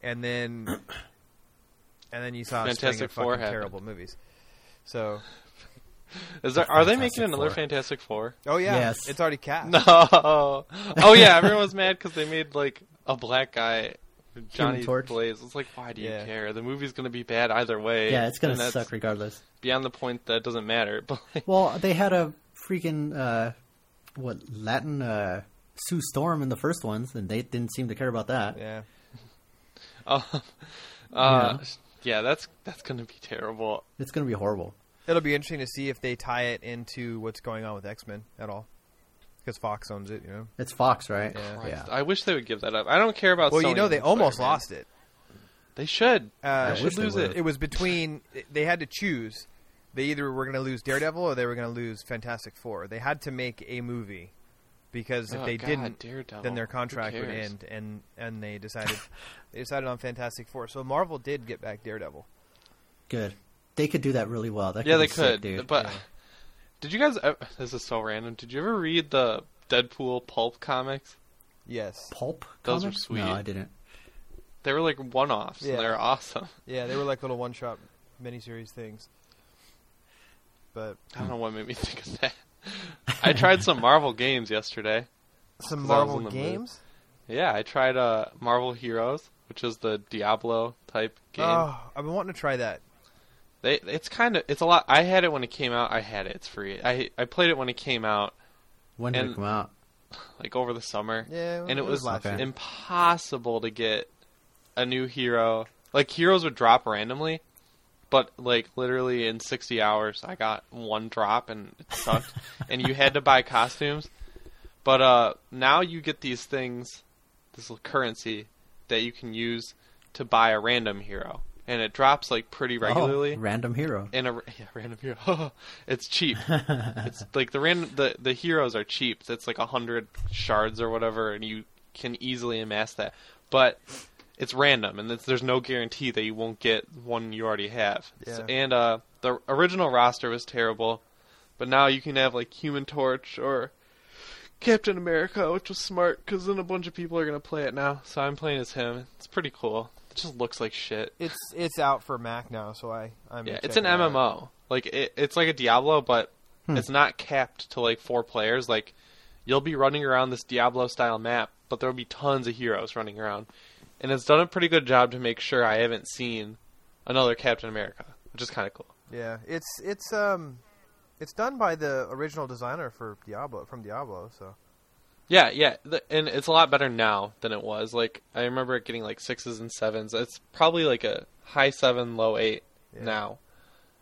[SPEAKER 1] And then, and then you saw a string
[SPEAKER 2] Fantastic
[SPEAKER 1] of fucking
[SPEAKER 2] Four happened.
[SPEAKER 1] terrible movies. So,
[SPEAKER 2] Is there, are they
[SPEAKER 3] Fantastic
[SPEAKER 2] making another
[SPEAKER 3] Four.
[SPEAKER 2] Fantastic Four?
[SPEAKER 1] oh yeah,
[SPEAKER 3] Yes.
[SPEAKER 1] it's already cast.
[SPEAKER 2] No. Oh yeah, everyone's mad because they made like a black guy, Johnny
[SPEAKER 3] Torch.
[SPEAKER 2] Blaze. It's like, why do you
[SPEAKER 1] Yeah.
[SPEAKER 2] care? The movie's gonna be bad either way.
[SPEAKER 3] yeah, it's
[SPEAKER 2] and
[SPEAKER 3] gonna
[SPEAKER 2] that's
[SPEAKER 3] suck regardless.
[SPEAKER 2] Beyond the point, that doesn't matter. But like,
[SPEAKER 3] Well, they had a freaking uh, what Latin uh, Sue Storm in the first ones, and they didn't seem to care about that.
[SPEAKER 1] Yeah.
[SPEAKER 2] Um, uh, yeah, that's that's gonna be terrible.
[SPEAKER 3] It's going to be horrible.
[SPEAKER 1] It'll be interesting to see if they tie it into what's going on with X Men at all, because Fox owns it. You know.
[SPEAKER 3] It's Fox, right?
[SPEAKER 1] Yeah.
[SPEAKER 2] Christ, I wish they would give that up. I don't care about.
[SPEAKER 1] Well, you
[SPEAKER 2] Sony
[SPEAKER 1] know they
[SPEAKER 2] and
[SPEAKER 1] almost
[SPEAKER 2] Spider-Man.
[SPEAKER 1] lost it.
[SPEAKER 2] They should.
[SPEAKER 1] Uh,
[SPEAKER 2] they
[SPEAKER 3] wish
[SPEAKER 2] should
[SPEAKER 3] they
[SPEAKER 2] lose
[SPEAKER 3] would've.
[SPEAKER 2] it.
[SPEAKER 1] It was between they had to choose. They either were going to lose Daredevil or they were going to lose Fantastic Four. They had to make a movie because if
[SPEAKER 2] Oh,
[SPEAKER 1] they
[SPEAKER 2] God,
[SPEAKER 1] didn't,
[SPEAKER 2] Daredevil.
[SPEAKER 1] then their
[SPEAKER 2] Who
[SPEAKER 1] contract would
[SPEAKER 2] cares?
[SPEAKER 1] end, and and they decided they decided on Fantastic Four. So Marvel did get back Daredevil.
[SPEAKER 3] Good. They could do that really well. That
[SPEAKER 2] Yeah, they
[SPEAKER 3] be
[SPEAKER 2] could.
[SPEAKER 3] sick, dude.
[SPEAKER 2] But did you guys? ever- This is so random. Did you ever read the Deadpool pulp comics?
[SPEAKER 1] Yes,
[SPEAKER 3] pulp.
[SPEAKER 2] Those were
[SPEAKER 3] comics?
[SPEAKER 2] sweet.
[SPEAKER 3] No, I didn't.
[SPEAKER 2] They were like one-offs.
[SPEAKER 1] Yeah.
[SPEAKER 2] and They were awesome.
[SPEAKER 1] yeah, they were like little one shot miniseries things. But
[SPEAKER 2] I don't know what made me think of that. I tried some Marvel games yesterday.
[SPEAKER 1] some
[SPEAKER 2] 'Cause I was
[SPEAKER 1] Marvel
[SPEAKER 2] in the mood.
[SPEAKER 1] games.
[SPEAKER 2] Yeah, I tried uh, Marvel Heroes, which is the Diablo type game.
[SPEAKER 1] Oh, I've been wanting to try that.
[SPEAKER 2] They, it's kind of it's a lot. I had it when it came out. I had it. It's free. I I played it when it came out,
[SPEAKER 3] When did
[SPEAKER 2] And-
[SPEAKER 3] it come out?
[SPEAKER 2] like over the summer.
[SPEAKER 1] Yeah,
[SPEAKER 2] and it
[SPEAKER 1] it was
[SPEAKER 2] was
[SPEAKER 1] last
[SPEAKER 3] year.
[SPEAKER 2] impossible to get a new hero. Like heroes would drop randomly, but like literally in 60 hours, I got one drop and it sucked. and you had to buy costumes. But uh, now you get these things, this little currency that you can use to buy a random hero, and it drops like pretty regularly
[SPEAKER 3] Oh, random hero.
[SPEAKER 2] and a yeah, random hero. it's cheap. it's like the random the the heroes are cheap. That's like a hundred shards or whatever, and you can easily amass that. But it's random, and it's, there's no guarantee that you won't get one you already have.
[SPEAKER 1] Yeah.
[SPEAKER 2] So- and uh, the original roster was terrible, but now you can have like Human Torch or Captain America, which was smart because then a bunch of people are gonna play it now. So I'm playing as him. It's pretty cool. It just looks like shit.
[SPEAKER 1] It's it's out for Mac now, so I I'm
[SPEAKER 2] Yeah,
[SPEAKER 1] gonna
[SPEAKER 2] it's
[SPEAKER 1] check
[SPEAKER 2] an
[SPEAKER 1] it out. Hmm.
[SPEAKER 2] MMO. Like it, it's like a Diablo, but it's not capped to like four players. Like you'll be running around this Diablo style map, but there'll be tons of heroes running around, and it's done a pretty good job to make sure I haven't seen another Captain America, which is kind of cool.
[SPEAKER 1] Yeah, it's it's um, it's done by the original designer for Diablo from Diablo. So
[SPEAKER 2] Yeah, yeah, th- and it's a lot better now than it was. Like I remember it getting like sixes and sevens. It's probably like a high seven, low eight
[SPEAKER 1] Yeah.
[SPEAKER 2] now.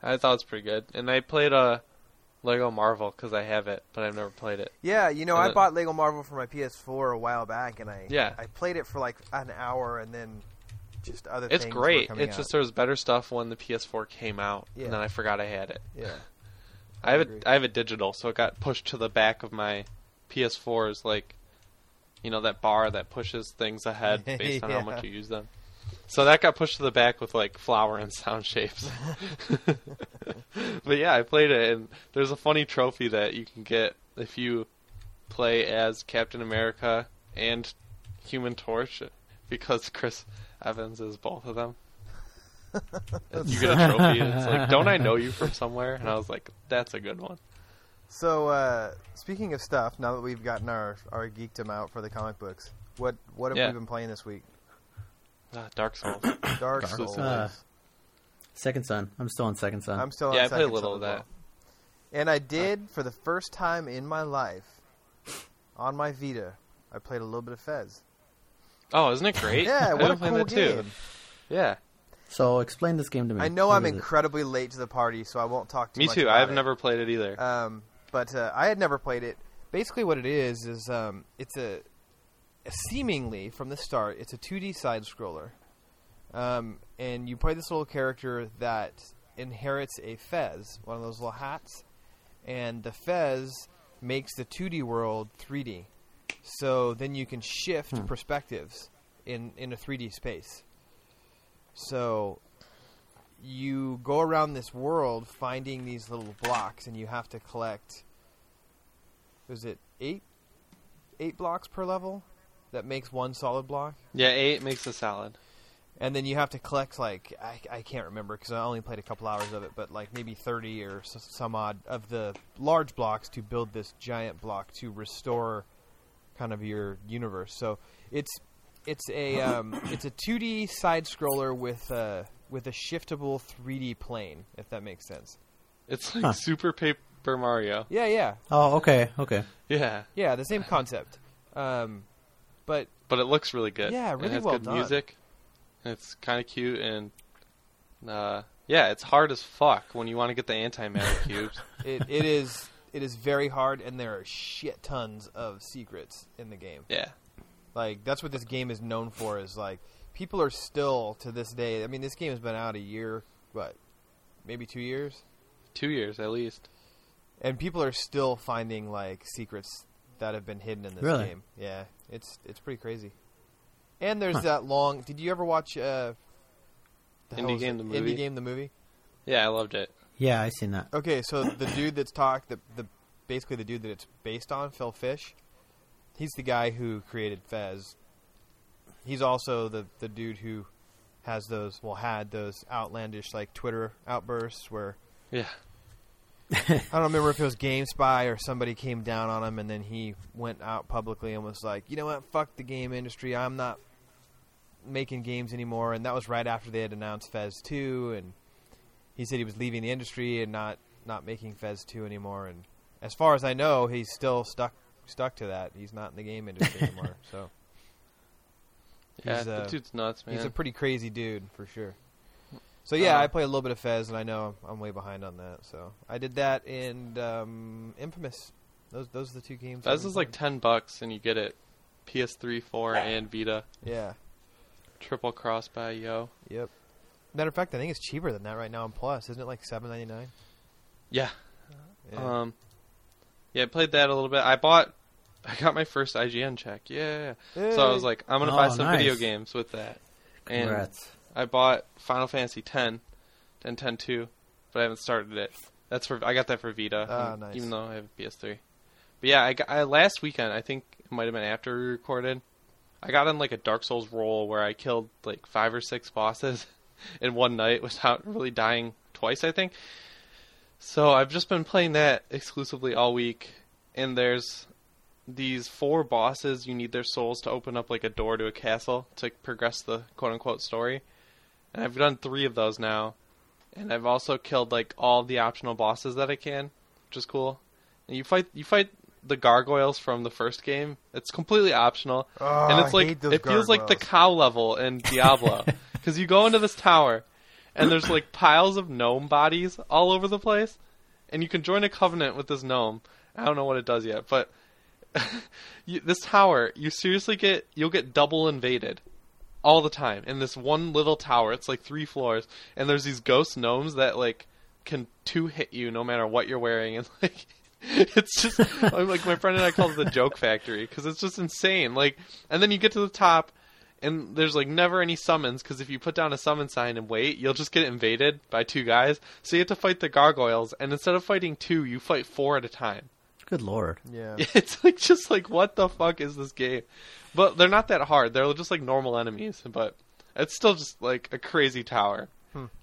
[SPEAKER 2] I thought it's pretty good, and I played uh, Lego Marvel because I have it, but I've never played it.
[SPEAKER 1] yeah, you know,
[SPEAKER 2] And
[SPEAKER 1] I
[SPEAKER 2] the-
[SPEAKER 1] bought Lego Marvel for my PS4 a while back, and I
[SPEAKER 2] Yeah.
[SPEAKER 1] I played it for like an hour, and then just other
[SPEAKER 2] It's
[SPEAKER 1] things
[SPEAKER 2] great.
[SPEAKER 1] Were coming
[SPEAKER 2] It's
[SPEAKER 1] out.
[SPEAKER 2] just there was better stuff when the PS4 came out,
[SPEAKER 1] Yeah.
[SPEAKER 2] and then I forgot I had it.
[SPEAKER 1] yeah,
[SPEAKER 2] I have
[SPEAKER 1] agree.
[SPEAKER 2] it. I have it digital, so it got pushed to the back of my PS4's like, you know, that bar that pushes things ahead based on
[SPEAKER 1] Yeah.
[SPEAKER 2] how much you use them. So that got pushed to the back with like flower and sound shapes. but yeah, I played it, and there's a funny trophy that you can get if you play as Captain America and Human Torch, because Chris Evans is both of them. you get a trophy, and it's like, don't I know you from somewhere? And I was like, that's a good one.
[SPEAKER 1] So uh, speaking of stuff, now that we've gotten our our geekdom out for the comic books, what what have
[SPEAKER 2] Yeah.
[SPEAKER 1] we been playing this week?
[SPEAKER 2] Ah, Dark Souls.
[SPEAKER 1] Dark,
[SPEAKER 2] Souls.
[SPEAKER 1] Souls.
[SPEAKER 3] Uh, Second Son. I'm still on Second Son.
[SPEAKER 1] I'm still
[SPEAKER 2] yeah,
[SPEAKER 1] on
[SPEAKER 2] I played a
[SPEAKER 1] Second
[SPEAKER 2] little
[SPEAKER 1] Son
[SPEAKER 2] of
[SPEAKER 1] as well.
[SPEAKER 2] that. Uh,
[SPEAKER 1] And I did for the first time in my life on my Vita. I played a little bit of Fez.
[SPEAKER 2] Oh, isn't it great?
[SPEAKER 1] Yeah,
[SPEAKER 2] I've
[SPEAKER 1] what
[SPEAKER 2] been
[SPEAKER 1] a
[SPEAKER 2] playing
[SPEAKER 1] cool
[SPEAKER 2] that
[SPEAKER 1] game.
[SPEAKER 2] too. Yeah,
[SPEAKER 3] So explain this game to me.
[SPEAKER 1] I know
[SPEAKER 3] What
[SPEAKER 1] I'm
[SPEAKER 3] is it?
[SPEAKER 1] incredibly late to the party, so I won't talk too
[SPEAKER 2] me
[SPEAKER 1] much
[SPEAKER 2] too.
[SPEAKER 1] about
[SPEAKER 2] I've
[SPEAKER 1] it.
[SPEAKER 2] never played it either.
[SPEAKER 1] Um, but uh, I had never played it. Basically, what it is is um, it's a, a seemingly from the start, it's a 2D side scroller, um, and you play this little character that inherits a fez, one of those little hats, and the fez makes the 2D world 3D. So then you can shift perspectives in in a 3D space. So you go around this world finding these little blocks, and you have to collect. Was it eight, eight blocks per level? That makes one solid block,
[SPEAKER 2] yeah, eight makes a salad.
[SPEAKER 1] and then you have to collect like I, I can't remember because I only played a couple hours of it, but like maybe thirty or s- some odd of the large blocks to build this giant block to restore kind of your universe. So it's it's a um, it's a two D side scroller with a with a shiftable three D plane, if that makes sense.
[SPEAKER 2] It's like
[SPEAKER 3] Huh.
[SPEAKER 2] Super Paper Mario.
[SPEAKER 1] Yeah, yeah,
[SPEAKER 3] Oh, okay, okay.
[SPEAKER 2] Yeah,
[SPEAKER 1] yeah. The same concept. Um, but
[SPEAKER 2] But it looks really good.
[SPEAKER 1] Yeah,
[SPEAKER 2] it
[SPEAKER 1] really
[SPEAKER 2] has
[SPEAKER 1] well
[SPEAKER 2] good
[SPEAKER 1] done.
[SPEAKER 2] music. and It's kind of cute and uh, yeah, it's hard as fuck when you want to get the antimatter cubes.
[SPEAKER 1] it, it is it is very hard, and there are shit tons of secrets in the game.
[SPEAKER 2] Yeah,
[SPEAKER 1] Like that's what this game is known for. Is like people are still to this day. I mean, this game has been out a year, but maybe two years,
[SPEAKER 2] two years at least.
[SPEAKER 1] and people are still finding like secrets that have been hidden in this
[SPEAKER 3] Really?
[SPEAKER 1] game. Yeah, it's it's pretty crazy. And there's that long. Did you ever watch uh, the hell
[SPEAKER 2] Indie
[SPEAKER 1] was
[SPEAKER 2] Game
[SPEAKER 1] it?
[SPEAKER 2] the Movie?
[SPEAKER 1] Indie game the movie.
[SPEAKER 2] Yeah, I loved it.
[SPEAKER 3] Yeah, I seen that.
[SPEAKER 1] Okay, so the dude that's talked, the, the basically the dude that it's based on, Phil Fish, he's the guy who created Fez. He's also the the dude who has those, well, had those outlandish like Twitter outbursts where
[SPEAKER 2] Yeah,
[SPEAKER 1] I don't remember if it was GameSpy or somebody came down on him, and then he went out publicly and was like, "You know what? Fuck the game industry. I'm not making games anymore." And that was right after they had announced Fez Two, and he said he was leaving the industry and not not making Fez Two anymore. And as far as I know, he's still stuck stuck to that. He's not in the game industry anymore. So
[SPEAKER 2] yeah.
[SPEAKER 1] He's,
[SPEAKER 2] the
[SPEAKER 1] uh,
[SPEAKER 2] dude's nuts, man.
[SPEAKER 1] he's a pretty crazy dude for sure. So yeah,
[SPEAKER 2] Uh,
[SPEAKER 1] I play a little bit of Fez, and I know I'm, I'm way behind on that. So I did that and um, Infamous. Those those are the two games. I've
[SPEAKER 2] Fez
[SPEAKER 1] been
[SPEAKER 2] is like
[SPEAKER 1] playing.
[SPEAKER 2] ten bucks, and you get it PS3, 4, and Vita.
[SPEAKER 1] yeah,
[SPEAKER 2] Triple cross by yo.
[SPEAKER 1] yep. Matter of fact, I think it's cheaper than that right now on Plus. Isn't it like seven ninety nine?
[SPEAKER 2] Yeah.
[SPEAKER 1] Yeah.
[SPEAKER 2] Um. Yeah, I played that a little bit. I bought. I got my first IGN check. Yeah.
[SPEAKER 1] Eh.
[SPEAKER 2] So I was like, I'm gonna buy
[SPEAKER 3] Oh,
[SPEAKER 2] some
[SPEAKER 3] nice.
[SPEAKER 2] video games with that. And
[SPEAKER 3] Congrats.
[SPEAKER 2] I bought Final Fantasy 10 and 10 2, but I haven't started it. That's for I got that for Vita,
[SPEAKER 1] Ah,
[SPEAKER 2] and-
[SPEAKER 1] nice.
[SPEAKER 2] even though I have a PS3. But yeah, I, got, I last weekend I think it might have been after we recorded. I got on like a Dark Souls roll where I killed like five or six bosses in one night without really dying twice, I think. So I've just been playing that exclusively all week, and there's these four bosses. You need their souls to open up like a door to a castle to progress the quote unquote story. And I've done three of those now, and I've also killed like all the optional bosses that I can, which is cool. And you fight you fight the gargoyles from the first game. It's completely optional,
[SPEAKER 1] Oh,
[SPEAKER 2] and it's
[SPEAKER 1] I
[SPEAKER 2] like
[SPEAKER 1] hate those
[SPEAKER 2] it feels like the
[SPEAKER 1] gargoyles.
[SPEAKER 2] cow level in Diablo because you go into this tower and there's like piles of gnome bodies all over the place, and you can join a covenant with this gnome. I don't know what it does yet, but you, this tower, you seriously get you'll get double invaded all the time in this one little tower. It's like three floors, and there's these ghost gnomes that like can two hit you no matter what you're wearing, and like it's just I'm, like my friend and I call it the joke factory because it's just insane. Like, and then you get to the top. And there's like never any summons because if you put down a summon sign and wait, you'll just get invaded by two guys. So you have to fight the gargoyles, and instead of fighting two, you fight four at a time.
[SPEAKER 3] Good lord.
[SPEAKER 1] yeah,
[SPEAKER 2] It's like just like what the fuck is this game? But they're not that hard. They're just like normal enemies, but it's still just like a crazy tower.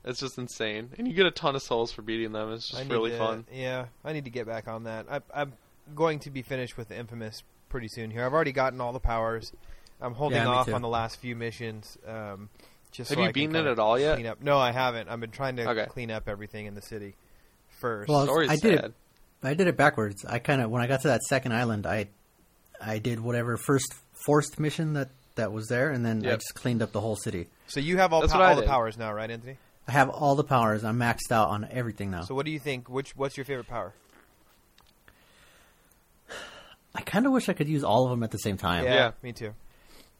[SPEAKER 2] It's just insane, and you get a ton of souls for beating them. It's
[SPEAKER 1] I
[SPEAKER 2] just
[SPEAKER 1] need
[SPEAKER 2] really
[SPEAKER 1] to-
[SPEAKER 2] fun.
[SPEAKER 1] Yeah, I need to get back on that. I, I'm going to be finished with Infamous pretty soon here. I've already gotten all the powers. I'm holding
[SPEAKER 3] Yeah, me
[SPEAKER 1] off
[SPEAKER 3] too.
[SPEAKER 1] on the last few missions. Um, just
[SPEAKER 2] Have
[SPEAKER 1] so
[SPEAKER 2] you
[SPEAKER 1] I can
[SPEAKER 2] beaten
[SPEAKER 1] kinda
[SPEAKER 2] it at all yet?
[SPEAKER 1] Clean up. No, I haven't. I've been trying to
[SPEAKER 2] Okay.
[SPEAKER 1] clean up everything in the city first.
[SPEAKER 3] Well,
[SPEAKER 2] Story's
[SPEAKER 3] I did
[SPEAKER 2] sad.
[SPEAKER 3] it. I did it backwards. I kind of when I got to that second island, I I did whatever first forced mission that that was there, and then I
[SPEAKER 2] Yep.
[SPEAKER 3] just cleaned up the whole city.
[SPEAKER 1] so you have all,
[SPEAKER 2] that's
[SPEAKER 1] pow-
[SPEAKER 2] what I
[SPEAKER 1] all the
[SPEAKER 2] did.
[SPEAKER 1] powers now, right, Anthony?
[SPEAKER 3] I have all the powers. I'm maxed out on everything now.
[SPEAKER 1] So what do you think? Which what's your favorite power?
[SPEAKER 3] I kind of wish I could use all of them at the same time
[SPEAKER 2] Yeah.
[SPEAKER 1] me too.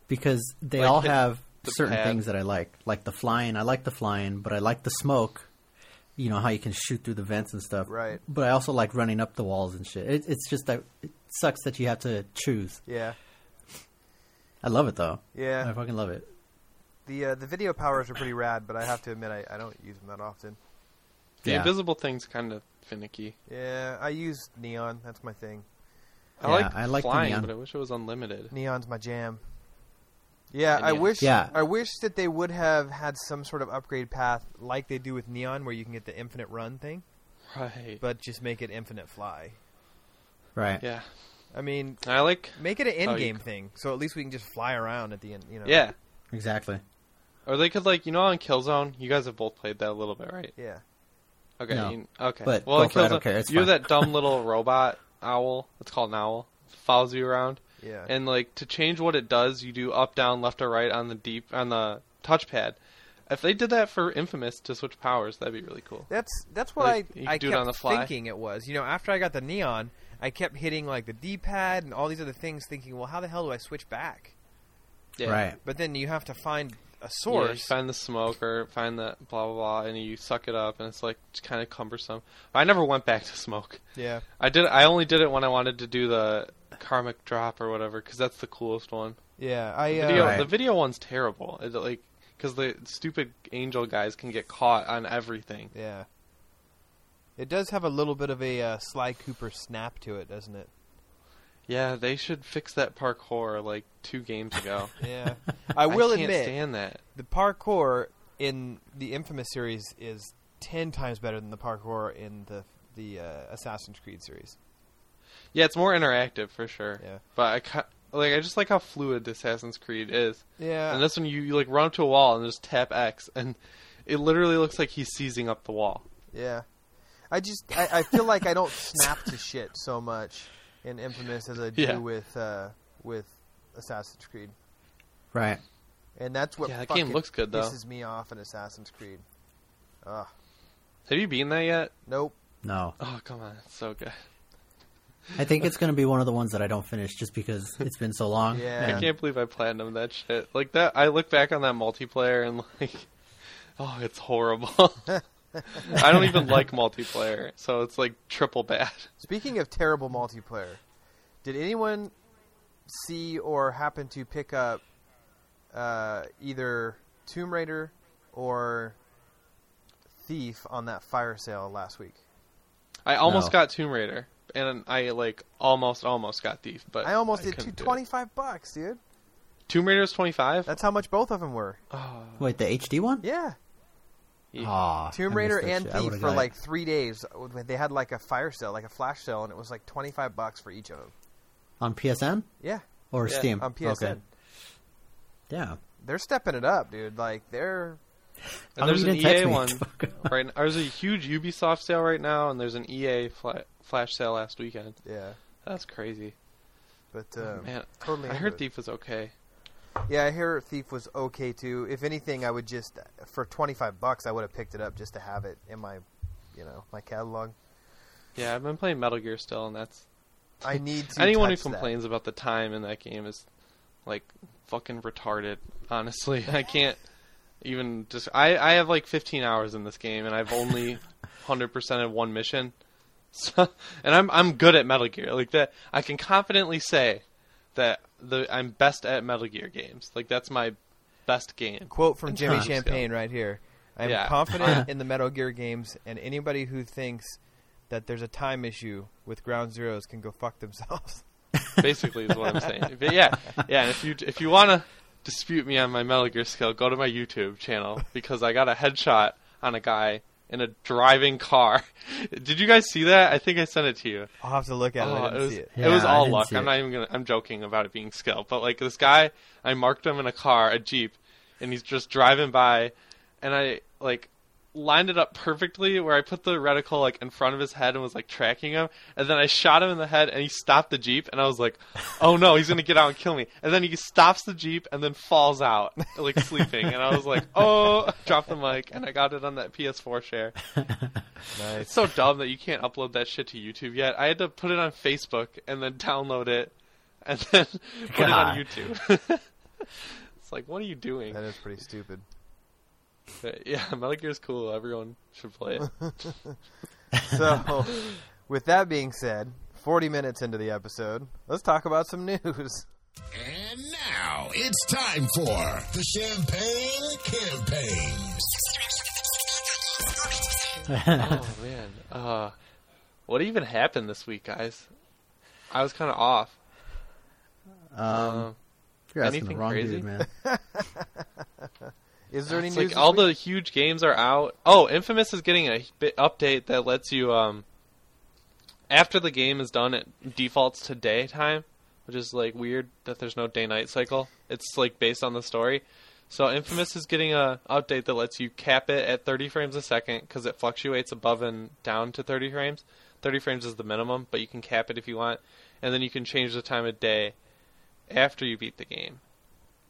[SPEAKER 3] because they
[SPEAKER 2] Like
[SPEAKER 3] all
[SPEAKER 2] the-
[SPEAKER 3] have
[SPEAKER 2] the
[SPEAKER 3] certain
[SPEAKER 2] pad.
[SPEAKER 3] things that I like, like the flying. I like the flying, but I like the smoke. You know how you can shoot through the vents and stuff.
[SPEAKER 1] Right.
[SPEAKER 3] But I also like running up the walls and shit. It, it's just that it sucks that you have to choose.
[SPEAKER 1] Yeah,
[SPEAKER 3] I love it though.
[SPEAKER 1] yeah.
[SPEAKER 3] I fucking love it.
[SPEAKER 1] The uh, the video powers are pretty rad, but I have to admit I, I don't use them that often.
[SPEAKER 2] The
[SPEAKER 3] Yeah.
[SPEAKER 2] invisible thing's kind of finicky.
[SPEAKER 1] Yeah, I use neon. That's my thing.
[SPEAKER 2] I
[SPEAKER 3] Yeah,
[SPEAKER 2] like
[SPEAKER 3] I like the
[SPEAKER 2] flying,
[SPEAKER 3] neon.
[SPEAKER 2] but I wish it was unlimited.
[SPEAKER 1] Neon's my jam. Yeah,
[SPEAKER 2] And
[SPEAKER 1] I
[SPEAKER 2] neon.
[SPEAKER 1] wish.
[SPEAKER 3] Yeah.
[SPEAKER 1] I wish that they would have had some sort of upgrade path like they do with Neon, where you can get the infinite run thing,
[SPEAKER 2] Right?
[SPEAKER 1] but just make it infinite fly.
[SPEAKER 3] Right.
[SPEAKER 2] yeah,
[SPEAKER 1] I mean,
[SPEAKER 2] I like.
[SPEAKER 1] make it an end
[SPEAKER 2] Oh, you
[SPEAKER 1] game
[SPEAKER 2] c-
[SPEAKER 1] thing, so at least we can just fly around at the end. You know.
[SPEAKER 2] Yeah,
[SPEAKER 3] Exactly.
[SPEAKER 2] or they could like you know on Killzone. You guys have both played that a little bit, right?
[SPEAKER 1] Yeah.
[SPEAKER 2] Okay.
[SPEAKER 3] No.
[SPEAKER 2] you- okay.
[SPEAKER 3] But
[SPEAKER 2] well,
[SPEAKER 3] go
[SPEAKER 2] in
[SPEAKER 3] for it, I
[SPEAKER 2] Killzone,
[SPEAKER 3] don't care, it's
[SPEAKER 2] You're
[SPEAKER 3] fine.
[SPEAKER 2] that dumb little robot owl. It's called an owl. Follows you around,
[SPEAKER 1] Yeah.
[SPEAKER 2] And like to change what it does, you do up, down, left, or right on the deep on the touchpad. If they did that for Infamous to switch powers, that'd be really cool.
[SPEAKER 1] That's that's what
[SPEAKER 2] Like, you
[SPEAKER 1] I I
[SPEAKER 2] do it
[SPEAKER 1] kept
[SPEAKER 2] on the fly.
[SPEAKER 1] thinking it was. You know, after I got the neon, I kept hitting like the D pad and all these other things, thinking, well, how the hell do I switch back?
[SPEAKER 2] Yeah.
[SPEAKER 3] Right.
[SPEAKER 1] But then you have to find a
[SPEAKER 2] Yeah, you
[SPEAKER 1] source.
[SPEAKER 2] find the smoke or find the blah blah blah, and you suck it up, and it's like it's kind of cumbersome. I never went back to smoke.
[SPEAKER 1] yeah.
[SPEAKER 2] I did. I only did it when I wanted to do the karmic drop or whatever, because that's the coolest one.
[SPEAKER 1] Yeah, I uh,
[SPEAKER 2] Video,
[SPEAKER 3] Right.
[SPEAKER 2] The video one's terrible. It, like because the stupid angel guys can get caught on everything.
[SPEAKER 1] yeah. It does have a little bit of a uh, Sly Cooper snap to it, doesn't it?
[SPEAKER 2] Yeah, they should fix that parkour like two games ago.
[SPEAKER 1] Yeah. I will
[SPEAKER 2] can't
[SPEAKER 1] admit
[SPEAKER 2] stand that.
[SPEAKER 1] the parkour in the Infamous series is 10 times better than the parkour in the the uh, Assassin's Creed series.
[SPEAKER 2] Yeah, it's more interactive for sure.
[SPEAKER 1] Yeah.
[SPEAKER 2] but I ca- like I just like how fluid Assassin's Creed is.
[SPEAKER 1] Yeah.
[SPEAKER 2] And this one, you, you like run up to a wall and just tap X, and it literally looks like he's seizing up the wall.
[SPEAKER 1] Yeah, I just I, I feel like I don't snap to shit so much in Infamous as I do
[SPEAKER 2] Yeah.
[SPEAKER 1] with uh, with Assassin's Creed,
[SPEAKER 3] Right.
[SPEAKER 1] and that's what
[SPEAKER 2] Yeah, that
[SPEAKER 1] fucking
[SPEAKER 2] game looks good, though.
[SPEAKER 1] Pisses me off in Assassin's Creed. Ugh,
[SPEAKER 2] Have you been there yet?
[SPEAKER 1] nope.
[SPEAKER 3] No.
[SPEAKER 2] Oh, come on, it's so good.
[SPEAKER 3] I think it's going to be one of the ones that I don't finish just because it's been so long.
[SPEAKER 1] Yeah.
[SPEAKER 2] I
[SPEAKER 3] and-
[SPEAKER 2] can't believe I platinumed that shit. Like that, I look back on that multiplayer and like, oh, it's horrible. I don't even like multiplayer, so it's like triple bad.
[SPEAKER 1] Speaking of terrible multiplayer, did anyone see or happen to pick up uh, either Tomb Raider or Thief on that fire sale last week?
[SPEAKER 2] I almost
[SPEAKER 3] No.
[SPEAKER 2] got Tomb Raider, and I like almost almost got Thief, but
[SPEAKER 1] I almost did two
[SPEAKER 2] couldn't do it.
[SPEAKER 1] twenty five bucks, dude.
[SPEAKER 2] Tomb Raider's twenty five.
[SPEAKER 1] That's how much both of them were.
[SPEAKER 2] Oh, E
[SPEAKER 3] Wait, the HD one?
[SPEAKER 1] Yeah.
[SPEAKER 3] Aw, I
[SPEAKER 1] Tomb Raider
[SPEAKER 3] missed that
[SPEAKER 1] and
[SPEAKER 3] shit. I
[SPEAKER 1] Thief
[SPEAKER 3] would've
[SPEAKER 1] for
[SPEAKER 3] got it.
[SPEAKER 1] like three days. They had like a fire sale, like a flash sale, and it was like twenty five bucks for each of them.
[SPEAKER 3] on PSN
[SPEAKER 1] Yeah,
[SPEAKER 3] or
[SPEAKER 2] Yeah,
[SPEAKER 3] Steam.
[SPEAKER 1] on PSN,
[SPEAKER 3] Okay. Yeah.
[SPEAKER 1] they're stepping it up, dude. Like they're
[SPEAKER 3] How
[SPEAKER 2] and there's
[SPEAKER 3] come
[SPEAKER 2] an
[SPEAKER 3] Oh, you didn't
[SPEAKER 2] EA one
[SPEAKER 3] text me?
[SPEAKER 2] right now. There's a huge Ubisoft sale right now, and there's an EA fla- flash sale last weekend.
[SPEAKER 1] yeah,
[SPEAKER 2] That's crazy,
[SPEAKER 1] but um,
[SPEAKER 2] man.
[SPEAKER 1] totally.
[SPEAKER 2] I
[SPEAKER 1] into
[SPEAKER 2] heard
[SPEAKER 1] it.
[SPEAKER 2] Thief was okay.
[SPEAKER 1] Yeah, I heard Thief was okay too. If anything, I would just for twenty five bucks, I would have picked it up just to have it in my, you know, my catalog.
[SPEAKER 2] Yeah, I've been playing Metal Gear still, and that's
[SPEAKER 1] I need to
[SPEAKER 2] anyone who
[SPEAKER 1] touch that.
[SPEAKER 2] complains about the time in that game is like fucking retarded. Honestly, I can't even just. I I have like 15 hours in this game, and I've only 100 percent of one mission. So, and I'm I'm good at Metal Gear like that. I can confidently say that the I'm best at Metal Gear games. Like that's my best game.
[SPEAKER 1] Quote from Jimmy
[SPEAKER 2] Huh.
[SPEAKER 1] Champagne right here. I'm
[SPEAKER 2] Yeah.
[SPEAKER 1] confident in the Metal Gear games, and anybody who thinks that there's a time issue with Ground Zeroes can go fuck themselves.
[SPEAKER 2] Basically, is what I'm saying. But yeah, yeah. And if you if you wanna dispute me on my Metal Gear skill, go to my YouTube channel because I got a headshot on a guy in a driving car. Did you guys see that? I think I sent it to you.
[SPEAKER 1] I'll have to look at it. I
[SPEAKER 2] Oh,
[SPEAKER 1] didn't
[SPEAKER 2] it was
[SPEAKER 1] see it.
[SPEAKER 2] it was
[SPEAKER 3] Yeah, I
[SPEAKER 2] all
[SPEAKER 3] didn't
[SPEAKER 2] luck.
[SPEAKER 3] see
[SPEAKER 2] I'm
[SPEAKER 3] it.
[SPEAKER 2] not even gonna. I'm joking about it being skill, but like this guy, I marked him in a car, a jeep, and he's just driving by, and I like lined it up perfectly where I put the reticle like in front of his head and was like tracking him, and then I shot him in the head, and he stopped the jeep, and I was like, oh no, he's gonna get out and kill me, and then he stops the jeep and then falls out like sleeping, and I was like, oh, drop the mic, and I got it on that PS4 share. It's
[SPEAKER 1] Nice.
[SPEAKER 2] so dumb that you can't upload that shit to YouTube yet. I had to put it on Facebook and then download it and then put it on
[SPEAKER 3] God.
[SPEAKER 2] YouTube. it's like, what are you doing?
[SPEAKER 1] That is pretty stupid.
[SPEAKER 2] But yeah, Metal Gear's cool. Everyone should play it.
[SPEAKER 1] So, with that being said, 40 minutes into the episode, let's talk about some news.
[SPEAKER 4] And now it's time for the Champagne Campaign.
[SPEAKER 2] oh man, uh, what even happened this week, guys? I was kind of off.
[SPEAKER 3] Um, you're asking
[SPEAKER 2] Anything
[SPEAKER 3] the wrong
[SPEAKER 2] crazy?
[SPEAKER 3] dude, man.
[SPEAKER 1] Is there any
[SPEAKER 2] It's
[SPEAKER 1] news?
[SPEAKER 2] like all
[SPEAKER 1] this
[SPEAKER 2] the huge games are out. Oh, Infamous is getting a bit update that lets you um after the game is done, it defaults to daytime, which is like weird that there's no day-night cycle. It's like based on the story. So Infamous is getting a update that lets you cap it at 30 frames a second cuz it fluctuates above and down to 30 frames. 30 frames is the minimum, but you can cap it if you want, and then you can change the time of day after you beat the game,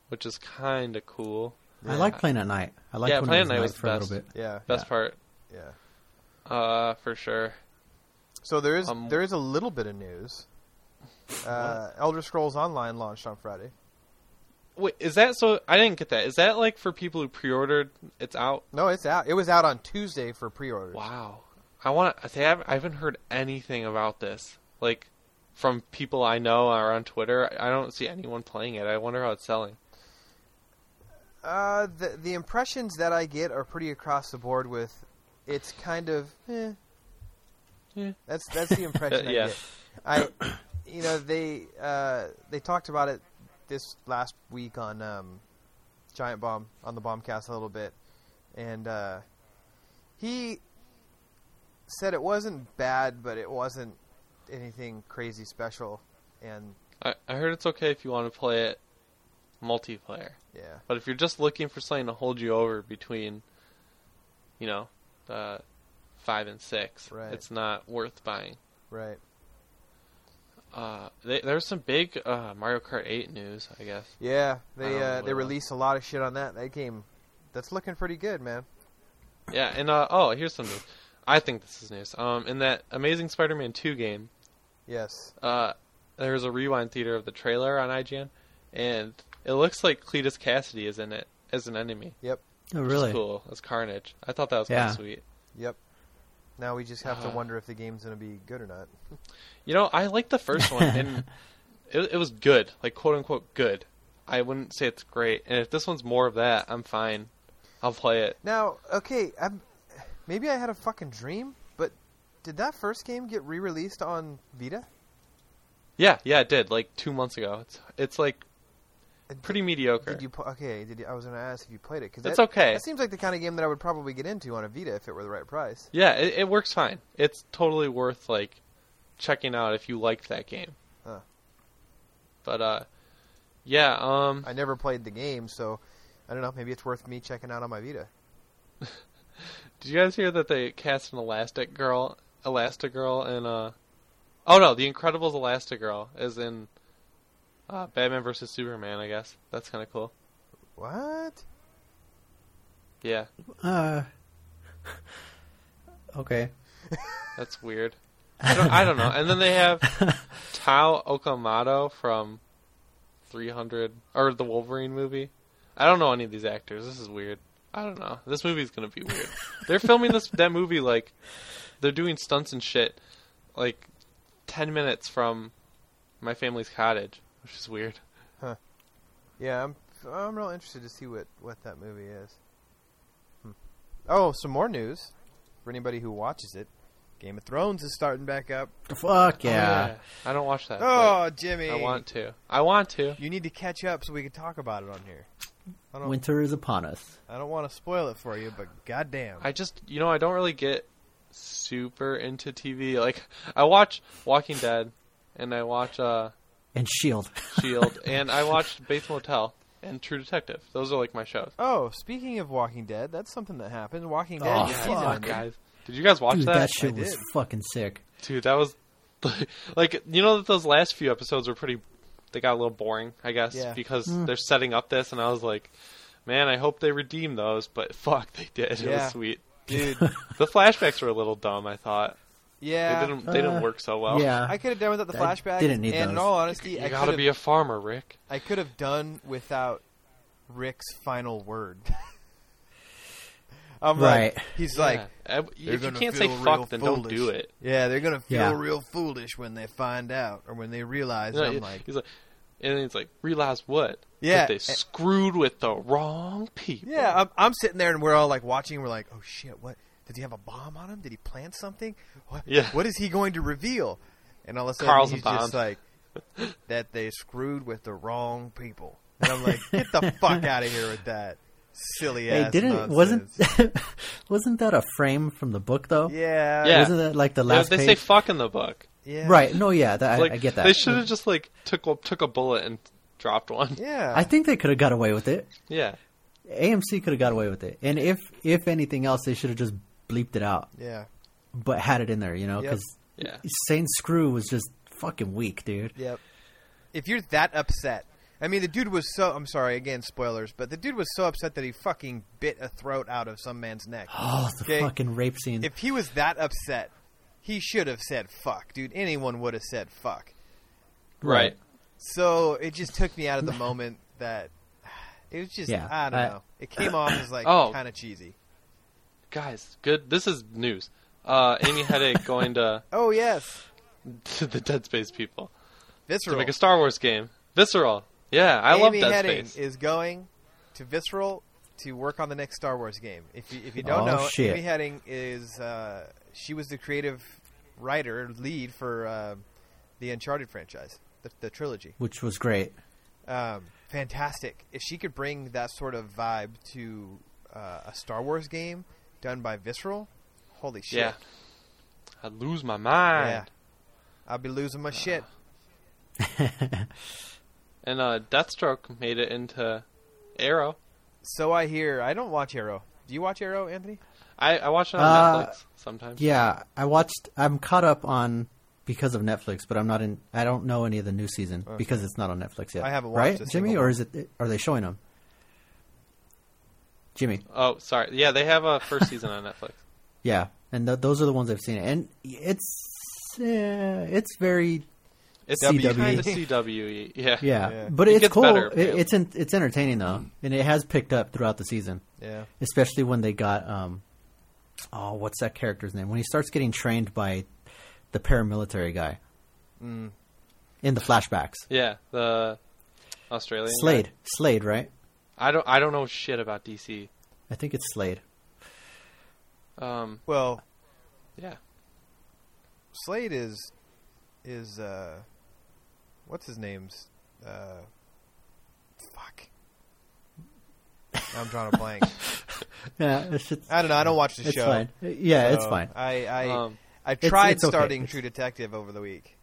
[SPEAKER 2] which is kind of cool.
[SPEAKER 3] I like playing at night. I like
[SPEAKER 2] Yeah,
[SPEAKER 3] when
[SPEAKER 2] playing
[SPEAKER 3] it
[SPEAKER 2] at night
[SPEAKER 3] was night
[SPEAKER 2] was the
[SPEAKER 3] for a little
[SPEAKER 2] best.
[SPEAKER 3] bit.
[SPEAKER 1] Yeah,
[SPEAKER 2] Best part,
[SPEAKER 1] yeah.
[SPEAKER 2] uh, for sure.
[SPEAKER 1] So there is
[SPEAKER 2] Um,
[SPEAKER 1] there is a little bit of news. Uh, Elder Scrolls Online launched on Friday.
[SPEAKER 2] Wait, is that so? I didn't get that. Is that like for people who pre-ordered? It's out.
[SPEAKER 1] No, it's out. It was out on Tuesday for pre-orders.
[SPEAKER 2] Wow. I want to. I haven't heard anything about this. Like from people I know or on Twitter. I I don't see anyone playing it. I wonder how it's selling.
[SPEAKER 1] Uh, the the impressions that I get are pretty across the board. With it's kind of eh.
[SPEAKER 2] Yeah.
[SPEAKER 1] That's that's the impression
[SPEAKER 2] Yeah.
[SPEAKER 1] I get. I, you know, they uh, they talked about it this last week on um, Giant Bomb on the Bombcast a little bit, and uh, he said it wasn't bad, but it wasn't anything crazy special, and
[SPEAKER 2] I, I heard it's okay if you want to play it multiplayer,
[SPEAKER 1] yeah,
[SPEAKER 2] but if you're just looking for something to hold you over between, you know, uh, five and six,
[SPEAKER 1] Right.
[SPEAKER 2] it's not worth buying.
[SPEAKER 1] right.
[SPEAKER 2] Uh, they, there's some big uh, Mario Kart 8 news, I guess.
[SPEAKER 1] Yeah,
[SPEAKER 2] I
[SPEAKER 1] they uh,
[SPEAKER 2] don't know
[SPEAKER 1] they
[SPEAKER 2] what else.
[SPEAKER 1] release a lot of shit on that. That game, that's looking pretty good, man.
[SPEAKER 2] Yeah, and uh, oh, here's some news. I think this is news. Um, in that Amazing Spider-Man 2 game,
[SPEAKER 1] Yes.
[SPEAKER 2] uh, there was a rewind theater of the trailer on IGN, and it looks like Cletus Cassidy is in it as an enemy.
[SPEAKER 1] Yep.
[SPEAKER 3] Oh,
[SPEAKER 2] Which is
[SPEAKER 3] really?
[SPEAKER 2] cool. That's Carnage. I thought that was kind
[SPEAKER 3] Yeah.
[SPEAKER 2] of sweet.
[SPEAKER 1] Yep. Now we just have to
[SPEAKER 2] Ah.
[SPEAKER 1] wonder if the game's going to be good or not.
[SPEAKER 2] You know, I liked the first one, and it, it was good, like quote unquote good. I wouldn't say it's great, and if this one's more of that, I'm fine. I'll play it.
[SPEAKER 1] Now, okay, I'm, maybe I had a fucking dream, but did that first game get re-released on Vita?
[SPEAKER 2] Yeah, yeah, it did. Like two months ago. It's it's like
[SPEAKER 1] And
[SPEAKER 2] pretty mediocre.
[SPEAKER 1] Did you pl- okay? Did you, I was going to ask if you played it because
[SPEAKER 2] It's okay.
[SPEAKER 1] That seems like the kind of game that I would probably get into on a Vita if it were the right price.
[SPEAKER 2] Yeah, it, it works fine. It's totally worth like checking out if you liked that game.
[SPEAKER 1] Huh.
[SPEAKER 2] But uh, yeah. Um,
[SPEAKER 1] I never played the game, so I don't know. Maybe it's worth me checking out on my Vita.
[SPEAKER 2] did you guys hear that they cast an Elastic Girl, Elastic Girl, and uh, oh no, The Incredibles Elastic Girl is in uh, Batman versus Superman. I guess that's kind of cool.
[SPEAKER 1] What?
[SPEAKER 2] Yeah,
[SPEAKER 3] Uh, okay.
[SPEAKER 2] that's weird. I don't, I don't know. And then they have Tao Okamoto from 300 or the Wolverine movie. I don't know any of these actors. This is weird. I don't know. This movie's gonna be weird. they're filming this that movie like they're doing stunts and shit like 10 minutes from my family's cottage, which is weird.
[SPEAKER 1] Yeah, I'm I'm real interested to see what what that movie is. Hmm. Oh, some more news for anybody who watches it. Game of Thrones is starting back up.
[SPEAKER 3] Fuck
[SPEAKER 2] Oh,
[SPEAKER 3] yeah.
[SPEAKER 2] I don't watch that. but
[SPEAKER 1] Oh, Jimmy,
[SPEAKER 2] I want to. I want to.
[SPEAKER 1] you need to catch up so we can talk about it on here. I don't
[SPEAKER 3] Winter is upon us.
[SPEAKER 1] I don't want to spoil it for you, but goddamn,
[SPEAKER 2] I just, you know, I don't really get super into TV. Like I watch Walking Dead and I watch uh
[SPEAKER 3] And Shield.
[SPEAKER 2] Shield, and I watched Bates Motel and True Detective. Those are like my shows.
[SPEAKER 1] Oh, speaking of Walking Dead, that's something that happened. Walking Dead,
[SPEAKER 3] Oh,
[SPEAKER 1] this
[SPEAKER 3] fuck.
[SPEAKER 1] season
[SPEAKER 2] Yeah,
[SPEAKER 1] ended.
[SPEAKER 2] guys. Did you guys watch
[SPEAKER 3] Dude,
[SPEAKER 2] that?
[SPEAKER 3] that shit
[SPEAKER 1] I
[SPEAKER 3] was
[SPEAKER 1] did.
[SPEAKER 3] fucking sick.
[SPEAKER 2] Dude, that was like you know that those last few episodes were pretty. They got a little boring, I guess,
[SPEAKER 1] Yeah.
[SPEAKER 2] because
[SPEAKER 3] Hmm.
[SPEAKER 2] they're setting up this, and I was like, man, I hope they redeem those, but fuck, they did. It
[SPEAKER 1] Yeah.
[SPEAKER 2] was sweet.
[SPEAKER 1] dude.
[SPEAKER 2] The flashbacks were a little dumb. I thought
[SPEAKER 1] Yeah,
[SPEAKER 2] they didn't. They didn't
[SPEAKER 3] Uh,
[SPEAKER 2] work so well.
[SPEAKER 3] yeah.
[SPEAKER 1] I could have done without the
[SPEAKER 3] I
[SPEAKER 1] flashback.
[SPEAKER 3] didn't need
[SPEAKER 1] And in
[SPEAKER 3] those.
[SPEAKER 1] all honesty, I
[SPEAKER 2] you
[SPEAKER 1] could
[SPEAKER 2] gotta
[SPEAKER 1] have
[SPEAKER 2] be a farmer, Rick.
[SPEAKER 1] I could have done without Rick's final word. I'm
[SPEAKER 3] Right.
[SPEAKER 1] Like, he's like,
[SPEAKER 2] Yeah. I-
[SPEAKER 1] "They're
[SPEAKER 2] if you
[SPEAKER 1] gonna
[SPEAKER 2] can't say
[SPEAKER 1] feel real
[SPEAKER 2] fuck, then don't
[SPEAKER 1] foolish."
[SPEAKER 2] do it.
[SPEAKER 1] yeah, they're gonna feel
[SPEAKER 3] Yeah.
[SPEAKER 1] real foolish when they find out or when they realize.
[SPEAKER 2] No,
[SPEAKER 1] and I'm
[SPEAKER 2] it-
[SPEAKER 1] like,
[SPEAKER 2] he's like, and then he's like, realize what?
[SPEAKER 1] Yeah,
[SPEAKER 2] that they
[SPEAKER 1] a-
[SPEAKER 2] screwed with the wrong people.
[SPEAKER 1] yeah, I'm, I'm sitting there and we're all like watching. And we're like, oh shit, what? Did he have a bomb on him? Did he plant something? What?
[SPEAKER 2] Yeah.
[SPEAKER 1] What is he going to reveal? And all of a sudden,
[SPEAKER 2] Carl's a
[SPEAKER 1] he's just
[SPEAKER 2] bomb.
[SPEAKER 1] like, that they screwed with the wrong people. And I'm like, get the fuck out of here with that silly
[SPEAKER 3] Hey,
[SPEAKER 1] ass.
[SPEAKER 3] didn't
[SPEAKER 1] nonsense.
[SPEAKER 3] wasn't wasn't that a frame from the book though?
[SPEAKER 1] Yeah.
[SPEAKER 2] Yeah.
[SPEAKER 3] Wasn't that like the
[SPEAKER 2] They-
[SPEAKER 3] last
[SPEAKER 2] they say
[SPEAKER 3] page?
[SPEAKER 2] fuck in the book.
[SPEAKER 1] Yeah.
[SPEAKER 3] right. No, yeah, that,
[SPEAKER 2] Like
[SPEAKER 3] I, I get
[SPEAKER 2] They
[SPEAKER 3] that.
[SPEAKER 2] should have just like took a- took a bullet and dropped one. Yeah,
[SPEAKER 1] Yeah.
[SPEAKER 3] I think they could have got away with it. AMC could have got away with it. And if if anything else, they should have just bleeped it out,
[SPEAKER 1] Yeah,
[SPEAKER 3] but had it in there, you know,
[SPEAKER 1] Yep.
[SPEAKER 3] because
[SPEAKER 2] Yeah.
[SPEAKER 3] Saint Screw was just fucking weak, dude.
[SPEAKER 1] yep. if you're that upset, I mean, the dude was so. I'm sorry again, spoilers, but the dude was so upset that he fucking bit a throat out of some man's neck.
[SPEAKER 3] Oh, the
[SPEAKER 1] Okay.
[SPEAKER 3] fucking rape scene.
[SPEAKER 1] If he was that upset, he should have said fuck, dude. Anyone would have said fuck.
[SPEAKER 2] Right.
[SPEAKER 1] So it just took me out of the moment that it was just
[SPEAKER 3] Yeah,
[SPEAKER 1] I don't
[SPEAKER 3] I-
[SPEAKER 1] know. It came off as like
[SPEAKER 2] Oh.
[SPEAKER 1] kind of cheesy.
[SPEAKER 2] Guys, good. This is news. Uh, Amy Headache going to,
[SPEAKER 1] Oh yes,
[SPEAKER 2] to the Dead Space people to
[SPEAKER 1] visceral.
[SPEAKER 2] make a Star Wars game. Visceral. Yeah, I love
[SPEAKER 1] Amy
[SPEAKER 2] Dead
[SPEAKER 1] Heading
[SPEAKER 2] Space.
[SPEAKER 1] is going to visceral to work on the next Star Wars game. If you, if you don't
[SPEAKER 3] Oh,
[SPEAKER 1] know,
[SPEAKER 3] shit.
[SPEAKER 1] Amy Heading is uh, she was the creative writer lead for uh, the Uncharted franchise, the, the trilogy.
[SPEAKER 3] which was great.
[SPEAKER 1] um, fantastic. If she could bring that sort of vibe to uh, a Star Wars game done by Visceral, holy shit!
[SPEAKER 2] yeah. I'd lose my mind.
[SPEAKER 1] Yeah. I'll be losing my shit.
[SPEAKER 2] Uh. And uh, Deathstroke made it into Arrow.
[SPEAKER 1] So I hear. I don't watch Arrow. Do you watch Arrow, Anthony?
[SPEAKER 2] I, I watch it on
[SPEAKER 3] Uh,
[SPEAKER 2] Netflix sometimes.
[SPEAKER 3] Yeah, I watched. I'm caught up on because of Netflix, but I'm not in. I don't know any of the new season because it's not on Netflix yet.
[SPEAKER 1] I haven't watched a
[SPEAKER 3] right,
[SPEAKER 1] single
[SPEAKER 3] Jimmy, or
[SPEAKER 1] one.
[SPEAKER 3] is it? Are they showing them? Jimmy,
[SPEAKER 2] Oh, sorry. Yeah, they have a first season on Netflix.
[SPEAKER 3] yeah, and th- those are the ones I've seen, and it's uh, it's very
[SPEAKER 2] It's E.
[SPEAKER 3] CW.
[SPEAKER 1] E.
[SPEAKER 2] kind of CW. E. Yeah.
[SPEAKER 3] E. yeah,
[SPEAKER 1] Yeah.
[SPEAKER 3] but
[SPEAKER 2] It
[SPEAKER 3] it's
[SPEAKER 2] gets
[SPEAKER 3] cool.
[SPEAKER 2] better,
[SPEAKER 3] it,
[SPEAKER 2] man.
[SPEAKER 3] it's en- it's entertaining though, and it has picked up throughout the season,
[SPEAKER 1] Yeah.
[SPEAKER 3] especially when they got um, oh, what's that character's name? When he starts getting trained by the paramilitary guy
[SPEAKER 2] Mm.
[SPEAKER 3] in the flashbacks.
[SPEAKER 2] Yeah, the Australian guy.
[SPEAKER 3] Slade. Slade, right?
[SPEAKER 2] I don't I don't know shit about DC.
[SPEAKER 3] I think it's Slade.
[SPEAKER 2] Um,
[SPEAKER 1] Well,
[SPEAKER 2] yeah.
[SPEAKER 1] Slade is is uh, what's his name's uh, fuck. I'm drawing a blank.
[SPEAKER 3] Yeah, it's, just,
[SPEAKER 1] I don't know. I don't watch the
[SPEAKER 3] it's
[SPEAKER 1] show.
[SPEAKER 3] fine. Yeah, it's
[SPEAKER 1] So
[SPEAKER 3] fine.
[SPEAKER 1] I I,
[SPEAKER 2] Um,
[SPEAKER 1] I tried
[SPEAKER 3] it's okay.
[SPEAKER 1] starting
[SPEAKER 3] It's-
[SPEAKER 1] True Detective over the week.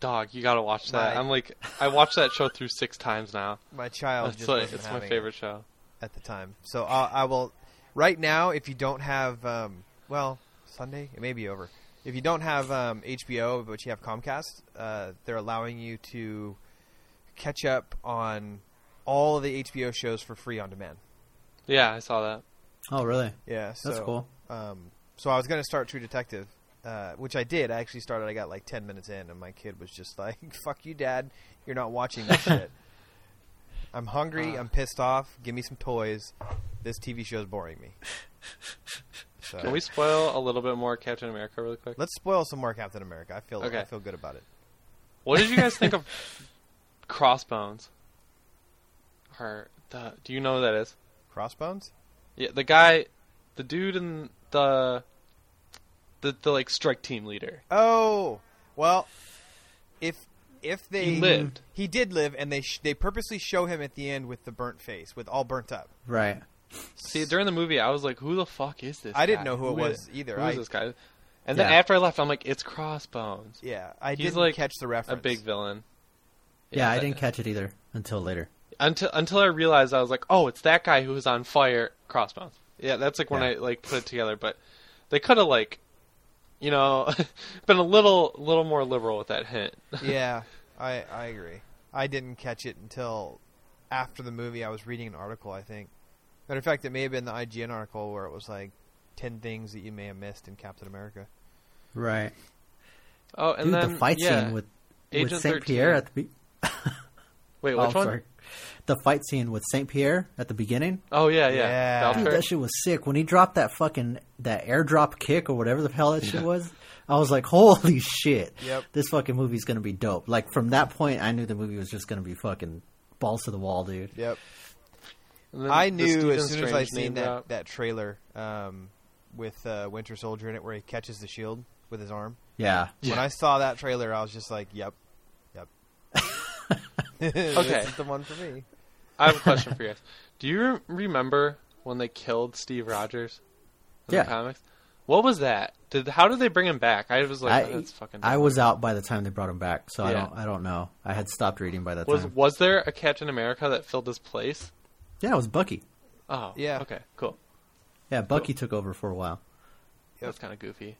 [SPEAKER 2] Dog, you gotta watch that.
[SPEAKER 1] My-
[SPEAKER 2] I'm like, I watched that show through six times now.
[SPEAKER 1] My child
[SPEAKER 2] It's
[SPEAKER 1] just
[SPEAKER 2] like,
[SPEAKER 1] wasn't
[SPEAKER 2] it's my
[SPEAKER 1] having it
[SPEAKER 2] favorite show.
[SPEAKER 1] at the time. So uh, I, I will. Right now, if you don't have, um, well, Sunday it may be over. If you don't have um, HBO but you have Comcast, uh, they're allowing you to catch up on all of the HBO shows for free on demand.
[SPEAKER 2] Yeah, I saw that.
[SPEAKER 3] Oh, really?
[SPEAKER 1] Yeah, so,
[SPEAKER 3] cool.
[SPEAKER 1] Um, so I was going to start True Detective, uh, which I did. I actually started. I got like ten minutes in, and my kid was just like, "Fuck you, Dad! You're not watching this shit." I'm hungry.
[SPEAKER 2] Ah.
[SPEAKER 1] I'm pissed off. Give me some toys. This TV show's boring me. So
[SPEAKER 2] Can we spoil a little bit more Captain America really quick?
[SPEAKER 1] let's spoil some more Captain America. I feel I
[SPEAKER 2] Okay.
[SPEAKER 1] feel good about it.
[SPEAKER 2] What did you guys think of Crossbones? Or the do you know who that is?
[SPEAKER 1] Crossbones.
[SPEAKER 2] Yeah, the guy, the dude in the the the like strike team leader.
[SPEAKER 1] Oh well, if if they
[SPEAKER 2] He lived.
[SPEAKER 1] he did live, and they sh- they purposely show him at the end with the burnt face, with all burnt up.
[SPEAKER 3] Right.
[SPEAKER 2] See, during the movie, I was like, "Who the fuck is this?"
[SPEAKER 1] I didn't
[SPEAKER 2] guy?
[SPEAKER 1] know who it
[SPEAKER 2] is-
[SPEAKER 1] was either.
[SPEAKER 2] Who is
[SPEAKER 1] I-
[SPEAKER 2] this guy? And then
[SPEAKER 3] Yeah.
[SPEAKER 2] after I left, I'm like, "It's Crossbones."
[SPEAKER 1] Yeah, I
[SPEAKER 2] He's
[SPEAKER 1] didn't
[SPEAKER 2] like
[SPEAKER 1] catch the reference.
[SPEAKER 2] A big villain.
[SPEAKER 3] Yeah, I
[SPEAKER 2] that-
[SPEAKER 3] didn't catch it either until later.
[SPEAKER 2] until until I realized I was like, "Oh, it's that guy who was on fire." Crossbones. Yeah, that's like when
[SPEAKER 3] Yeah.
[SPEAKER 2] I like put it together. But they could have like, you know, been a little little more liberal with that hint.
[SPEAKER 1] yeah, I I agree. I didn't catch it until after the movie. I was reading an article, I think. Matter of fact, it may have been the IGN article where it was like ten things that you may have missed in Captain America.
[SPEAKER 3] Right.
[SPEAKER 2] Oh, and
[SPEAKER 3] Dude,
[SPEAKER 2] then
[SPEAKER 3] the fight
[SPEAKER 2] yeah.
[SPEAKER 3] scene with
[SPEAKER 2] Agent
[SPEAKER 3] with Saint Pierre
[SPEAKER 2] 13.
[SPEAKER 3] at the be-
[SPEAKER 2] wait,
[SPEAKER 3] oh,
[SPEAKER 2] which one?
[SPEAKER 3] sorry. The fight scene with Saint Pierre at the beginning.
[SPEAKER 2] Oh yeah, yeah.
[SPEAKER 1] Yeah.
[SPEAKER 2] Valkyrie.
[SPEAKER 3] Dude, that shit was sick. When he dropped that fucking that airdrop kick or whatever the hell that shit was, I was like, "Holy shit!
[SPEAKER 1] Yep.
[SPEAKER 3] This fucking movie's gonna be dope." Like from that point, I knew the movie was just gonna be fucking balls to the wall, dude.
[SPEAKER 1] Yep,
[SPEAKER 2] And then
[SPEAKER 1] I
[SPEAKER 2] the
[SPEAKER 1] knew as
[SPEAKER 2] Stephen
[SPEAKER 1] soon as I
[SPEAKER 2] Strange
[SPEAKER 1] seen
[SPEAKER 2] name
[SPEAKER 1] that
[SPEAKER 2] drop.
[SPEAKER 1] that trailer um, with uh, Winter Soldier in it, where he catches the shield with his arm.
[SPEAKER 3] Yeah.
[SPEAKER 1] When I saw that trailer, I was just like, "Yep, yep."
[SPEAKER 2] Okay.
[SPEAKER 1] this is the one for me.
[SPEAKER 2] I have a question for you guys. Do you re- remember when they killed Steve Rogers in
[SPEAKER 3] Yeah.
[SPEAKER 2] the comics? What was that? Did how did they bring him back? I was like, oh,
[SPEAKER 3] I,
[SPEAKER 2] that's fucking.
[SPEAKER 3] I was out by the time they brought him back, so I
[SPEAKER 2] Yeah.
[SPEAKER 3] don't I don't know. I had stopped reading by that
[SPEAKER 2] was
[SPEAKER 3] time.
[SPEAKER 2] was there a Captain America that filled his place?
[SPEAKER 3] Yeah, it was Bucky.
[SPEAKER 2] Oh,
[SPEAKER 1] Yeah.
[SPEAKER 2] Okay, cool.
[SPEAKER 3] Yeah, Bucky took over for a while.
[SPEAKER 2] That's kind of goofy.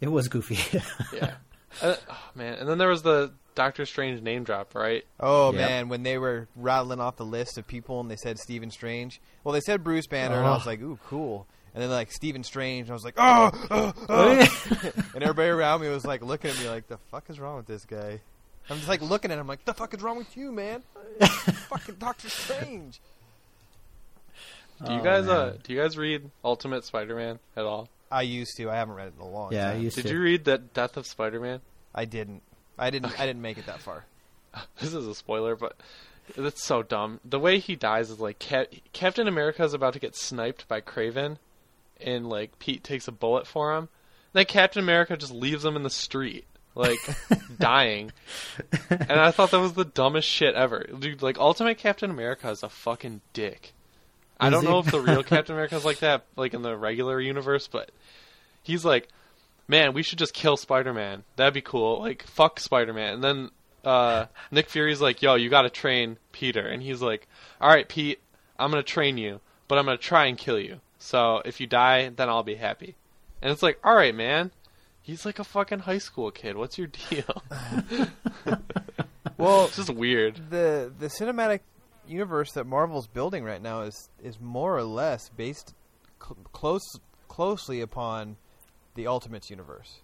[SPEAKER 3] It was goofy.
[SPEAKER 2] Yeah. Uh, oh, man, and then there was the Doctor Strange name drop, right?
[SPEAKER 1] Oh
[SPEAKER 3] Yep.
[SPEAKER 1] man, when they were rattling off the list of people and they said Stephen Strange. Well, they said Bruce Banner, and I was
[SPEAKER 3] Ugh.
[SPEAKER 1] like, ooh, cool. And then like Stephen Strange, and I was like, oh, oh, oh. and everybody around me was like looking at me like, the fuck is wrong with this guy? I'm just like looking at him like, the fuck is wrong with you, man? Fucking Doctor Strange.
[SPEAKER 2] Do you guys uh do you guys read Ultimate Spider-Man at all?
[SPEAKER 1] I used to. I haven't read it in a long
[SPEAKER 3] Yeah, I
[SPEAKER 1] time.
[SPEAKER 3] used
[SPEAKER 2] Did
[SPEAKER 3] to.
[SPEAKER 2] you read that Death of Spider-Man?
[SPEAKER 1] I didn't. I didn't. I didn't make it that far.
[SPEAKER 2] This is a spoiler, but that's so dumb. The way he dies is like Cap- Captain America is about to get sniped by Craven, and like Pete takes a bullet for him. Then Captain America just leaves him in the street, like dying. And I thought that was the dumbest shit ever, dude. Like Ultimate Captain America is a fucking dick. I
[SPEAKER 3] Is
[SPEAKER 2] don't
[SPEAKER 3] he?
[SPEAKER 2] know if the real Captain America is like that, like in the regular universe, but he's like, man, we should just kill Spider Man. That'd be cool. Like, fuck Spider Man. And then uh, Nick Fury's like, yo, you gotta train Peter. And he's like, alright, Pete, I'm gonna train you, but I'm gonna try and kill you. So if you die, then I'll be happy. And it's like, alright, man. He's like a fucking high school kid. What's your deal?
[SPEAKER 1] Well,
[SPEAKER 2] it's just weird.
[SPEAKER 1] the the cinematic universe that Marvel's building right now is is more or less based cl- close closely upon the Ultimates universe.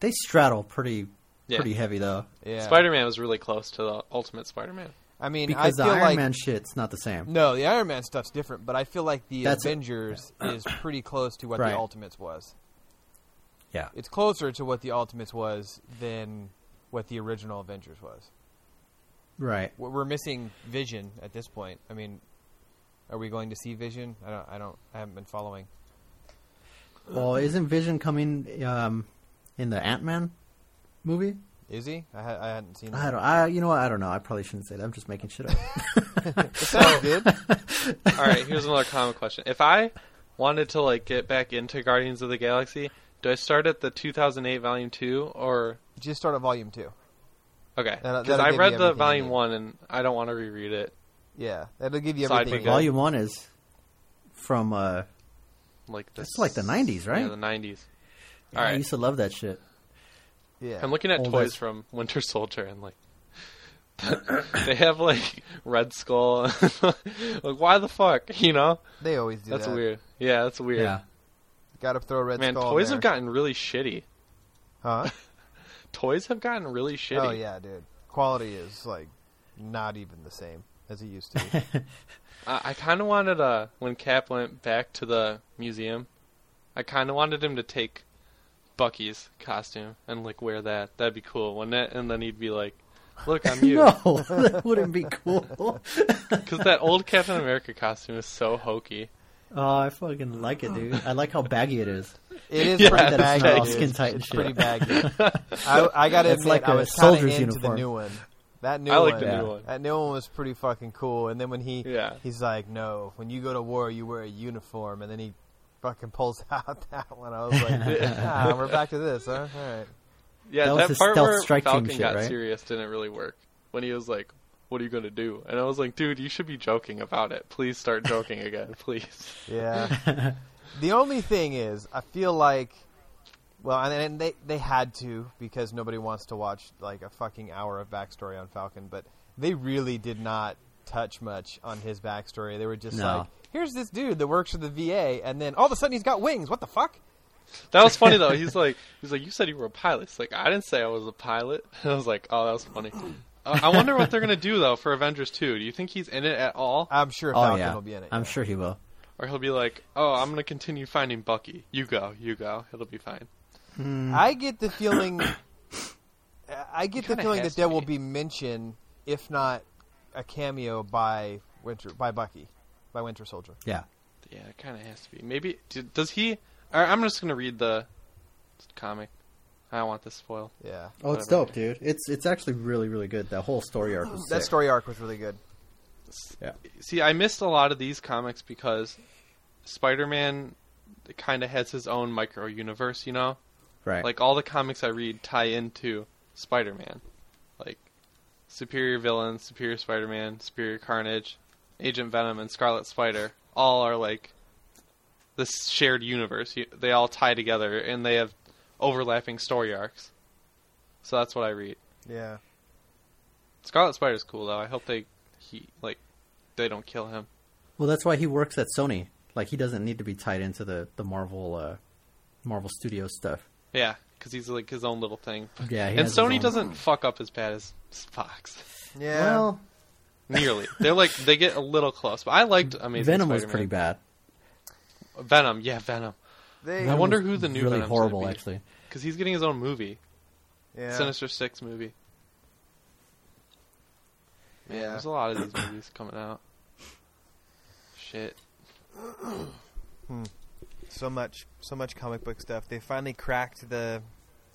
[SPEAKER 3] They straddle pretty
[SPEAKER 2] Yeah.
[SPEAKER 3] pretty heavy though.
[SPEAKER 1] Yeah,
[SPEAKER 2] Spider Man was really close to the Ultimate Spider Man.
[SPEAKER 1] I mean,
[SPEAKER 3] Because
[SPEAKER 1] I
[SPEAKER 3] the
[SPEAKER 1] feel
[SPEAKER 3] Iron
[SPEAKER 1] like
[SPEAKER 3] Man shit's not the same.
[SPEAKER 1] no, the Iron Man stuff's different, but I feel like the
[SPEAKER 3] That's it.
[SPEAKER 1] Avengers is pretty close to what
[SPEAKER 3] Right.
[SPEAKER 1] the Ultimates was.
[SPEAKER 3] Yeah.
[SPEAKER 1] It's closer to what the Ultimates was than what the original Avengers was.
[SPEAKER 3] Right.
[SPEAKER 1] We're we're missing Vision at this point. I mean, are we going to see Vision? I don't. I don't. I haven't been following.
[SPEAKER 3] Well, isn't Vision coming um, in the Ant Man movie?
[SPEAKER 1] Is he? I, ha- I hadn't seen.
[SPEAKER 3] I
[SPEAKER 1] that.
[SPEAKER 3] don't. I you know what? I don't know. I probably shouldn't say that. I'm just making shit up.
[SPEAKER 1] Sounds good.
[SPEAKER 2] All right, here's another common question. If I wanted to like get back into Guardians of the Galaxy, do I start at the 2008 volume 2 or
[SPEAKER 1] Just start at volume two.
[SPEAKER 2] okay?
[SPEAKER 1] That'll-
[SPEAKER 2] Cuz
[SPEAKER 1] that'll
[SPEAKER 2] I
[SPEAKER 1] give you
[SPEAKER 2] read the
[SPEAKER 1] everything you
[SPEAKER 2] volume
[SPEAKER 1] need.
[SPEAKER 2] 1 and I don't want to reread it
[SPEAKER 1] Yeah, that'll give you
[SPEAKER 2] So I'd
[SPEAKER 1] everything.
[SPEAKER 2] be
[SPEAKER 1] you
[SPEAKER 2] good.
[SPEAKER 1] need.
[SPEAKER 3] Volume one is from. Uh,
[SPEAKER 2] like this.
[SPEAKER 3] That's like the 90s, right?
[SPEAKER 2] Yeah, the 90s. All
[SPEAKER 3] I
[SPEAKER 2] right.
[SPEAKER 3] used to love that shit.
[SPEAKER 1] Yeah,
[SPEAKER 2] I'm looking at
[SPEAKER 3] Old
[SPEAKER 2] toys
[SPEAKER 3] as-
[SPEAKER 2] from Winter Soldier and like they have like Red Skull. like why the fuck, you know?
[SPEAKER 1] they always do
[SPEAKER 2] That's
[SPEAKER 1] that.
[SPEAKER 2] weird. Yeah, that's weird.
[SPEAKER 3] Yeah.
[SPEAKER 1] Got to throw a red
[SPEAKER 2] Man,
[SPEAKER 1] skull. in
[SPEAKER 2] toys have
[SPEAKER 1] there.
[SPEAKER 2] gotten really shitty.
[SPEAKER 1] Huh?
[SPEAKER 2] Toys have gotten really shitty.
[SPEAKER 1] oh yeah, dude. Quality is like not even the same as it used to.
[SPEAKER 2] I, I kind of wanted uh when Cap went back to the museum, I kind of wanted him to take Bucky's costume and like wear that. That'd be cool, wouldn't it? And then he'd be like, "Look, I'm you,"
[SPEAKER 3] No, that wouldn't be cool.
[SPEAKER 2] because that old Captain America costume is so hokey.
[SPEAKER 3] Oh, I fucking like it, dude. I like how baggy it is.
[SPEAKER 1] It is
[SPEAKER 2] Yeah,
[SPEAKER 1] pretty
[SPEAKER 2] that's
[SPEAKER 3] That it's not
[SPEAKER 1] baggy.
[SPEAKER 3] all
[SPEAKER 1] dude.
[SPEAKER 3] skin tight and
[SPEAKER 1] It's pretty
[SPEAKER 3] shit.
[SPEAKER 1] baggy. I, I got to
[SPEAKER 3] It's
[SPEAKER 1] admit,
[SPEAKER 3] like
[SPEAKER 1] I
[SPEAKER 3] a
[SPEAKER 1] was kind of
[SPEAKER 3] soldier's
[SPEAKER 1] into the
[SPEAKER 3] uniform.
[SPEAKER 1] new one. That new
[SPEAKER 2] I like
[SPEAKER 1] one,
[SPEAKER 2] the
[SPEAKER 3] Yeah.
[SPEAKER 2] new one.
[SPEAKER 1] that new one was pretty fucking cool. And then when he,
[SPEAKER 2] Yeah.
[SPEAKER 1] he's like, "No, when you go to war, you wear a uniform." And then he fucking pulls out that one. I was like, "Ah, we're back to this, huh? All right."
[SPEAKER 2] Yeah,
[SPEAKER 3] That was
[SPEAKER 2] that,
[SPEAKER 3] his
[SPEAKER 2] part
[SPEAKER 3] stealth
[SPEAKER 2] where
[SPEAKER 3] strike team
[SPEAKER 2] Falcon
[SPEAKER 3] shit,
[SPEAKER 2] got
[SPEAKER 3] right?
[SPEAKER 2] serious didn't really work when he was like, "What are you gonna do?" And I was like, "Dude, you should be joking about it. Please start joking again, please."
[SPEAKER 1] Yeah. the only thing is, I feel like, well, and, and they they had to because nobody wants to watch like a fucking hour of backstory on Falcon, but they really did not touch much on his backstory. They were just
[SPEAKER 3] No.
[SPEAKER 1] like, here's this dude that works for the VA, and then all of a sudden he's got wings. What the fuck?
[SPEAKER 2] That was funny though. He's like, he's like, you said you were a pilot. It's like I didn't say I was a pilot. And I was like, oh, that was funny. Uh, I wonder what they're gonna do though for Avengers Two. Do you think he's in it at all,
[SPEAKER 1] I'm sure
[SPEAKER 3] Oh
[SPEAKER 1] Falcon
[SPEAKER 3] yeah,
[SPEAKER 1] will be in it.
[SPEAKER 3] I'm sure he will.
[SPEAKER 2] or he'll be like, oh, I'm gonna continue finding Bucky. You go, you go. It'll be fine.
[SPEAKER 1] I get the feeling. I get the
[SPEAKER 2] kinda
[SPEAKER 1] feeling
[SPEAKER 2] has
[SPEAKER 1] that there
[SPEAKER 2] to
[SPEAKER 1] will
[SPEAKER 2] be.
[SPEAKER 1] be mention, if not a cameo by Winter by Bucky, by Winter Soldier.
[SPEAKER 3] Yeah.
[SPEAKER 2] Yeah, it kind of has to be. Maybe d- does he? Or I'm just gonna read the comic. I don't want this spoiled.
[SPEAKER 1] Yeah.
[SPEAKER 3] Oh, it's dope, dude. It's it's actually really really good. That whole story arc was
[SPEAKER 1] That story arc was really good.
[SPEAKER 3] Yeah.
[SPEAKER 2] See, I missed a lot of these comics because Spider-Man kind of has his own micro universe. You know,
[SPEAKER 3] Right.
[SPEAKER 2] like all the comics I read tie into Spider-Man, like Superior Villain, Superior Spider-Man, Superior Carnage, Agent Venom, and Scarlet Spider. All are like this shared universe. You- They all tie together and they have overlapping story arcs. So that's what I read.
[SPEAKER 1] Yeah.
[SPEAKER 2] Scarlet Spider's cool though. I hope they he like they don't kill him.
[SPEAKER 3] Well, that's why he works at Sony. Like he doesn't need to be tied into the the Marvel uh, Marvel Studio stuff.
[SPEAKER 2] Yeah, because he's like his own little thing.
[SPEAKER 3] Yeah, he
[SPEAKER 2] and
[SPEAKER 3] has his
[SPEAKER 2] Sony
[SPEAKER 3] own-
[SPEAKER 2] doesn't fuck up as bad as Fox.
[SPEAKER 1] Yeah.
[SPEAKER 3] Well,
[SPEAKER 2] Nearly, they're like they get a little close. But I liked Amazing
[SPEAKER 3] Venom was pretty
[SPEAKER 2] Spider-Man.
[SPEAKER 3] bad.
[SPEAKER 2] Venom, yeah, Venom.
[SPEAKER 1] they,
[SPEAKER 2] I
[SPEAKER 3] Venom
[SPEAKER 2] wonder
[SPEAKER 3] was
[SPEAKER 2] who the new
[SPEAKER 3] really
[SPEAKER 2] Venom's gonna
[SPEAKER 3] horrible
[SPEAKER 2] be.
[SPEAKER 3] actually.
[SPEAKER 2] Because he's getting his own movie,
[SPEAKER 1] yeah.
[SPEAKER 2] Sinister Six movie. Man,
[SPEAKER 1] Yeah.
[SPEAKER 2] there's a lot of these movies coming out. Shit.
[SPEAKER 1] so much so much comic book stuff. They finally cracked the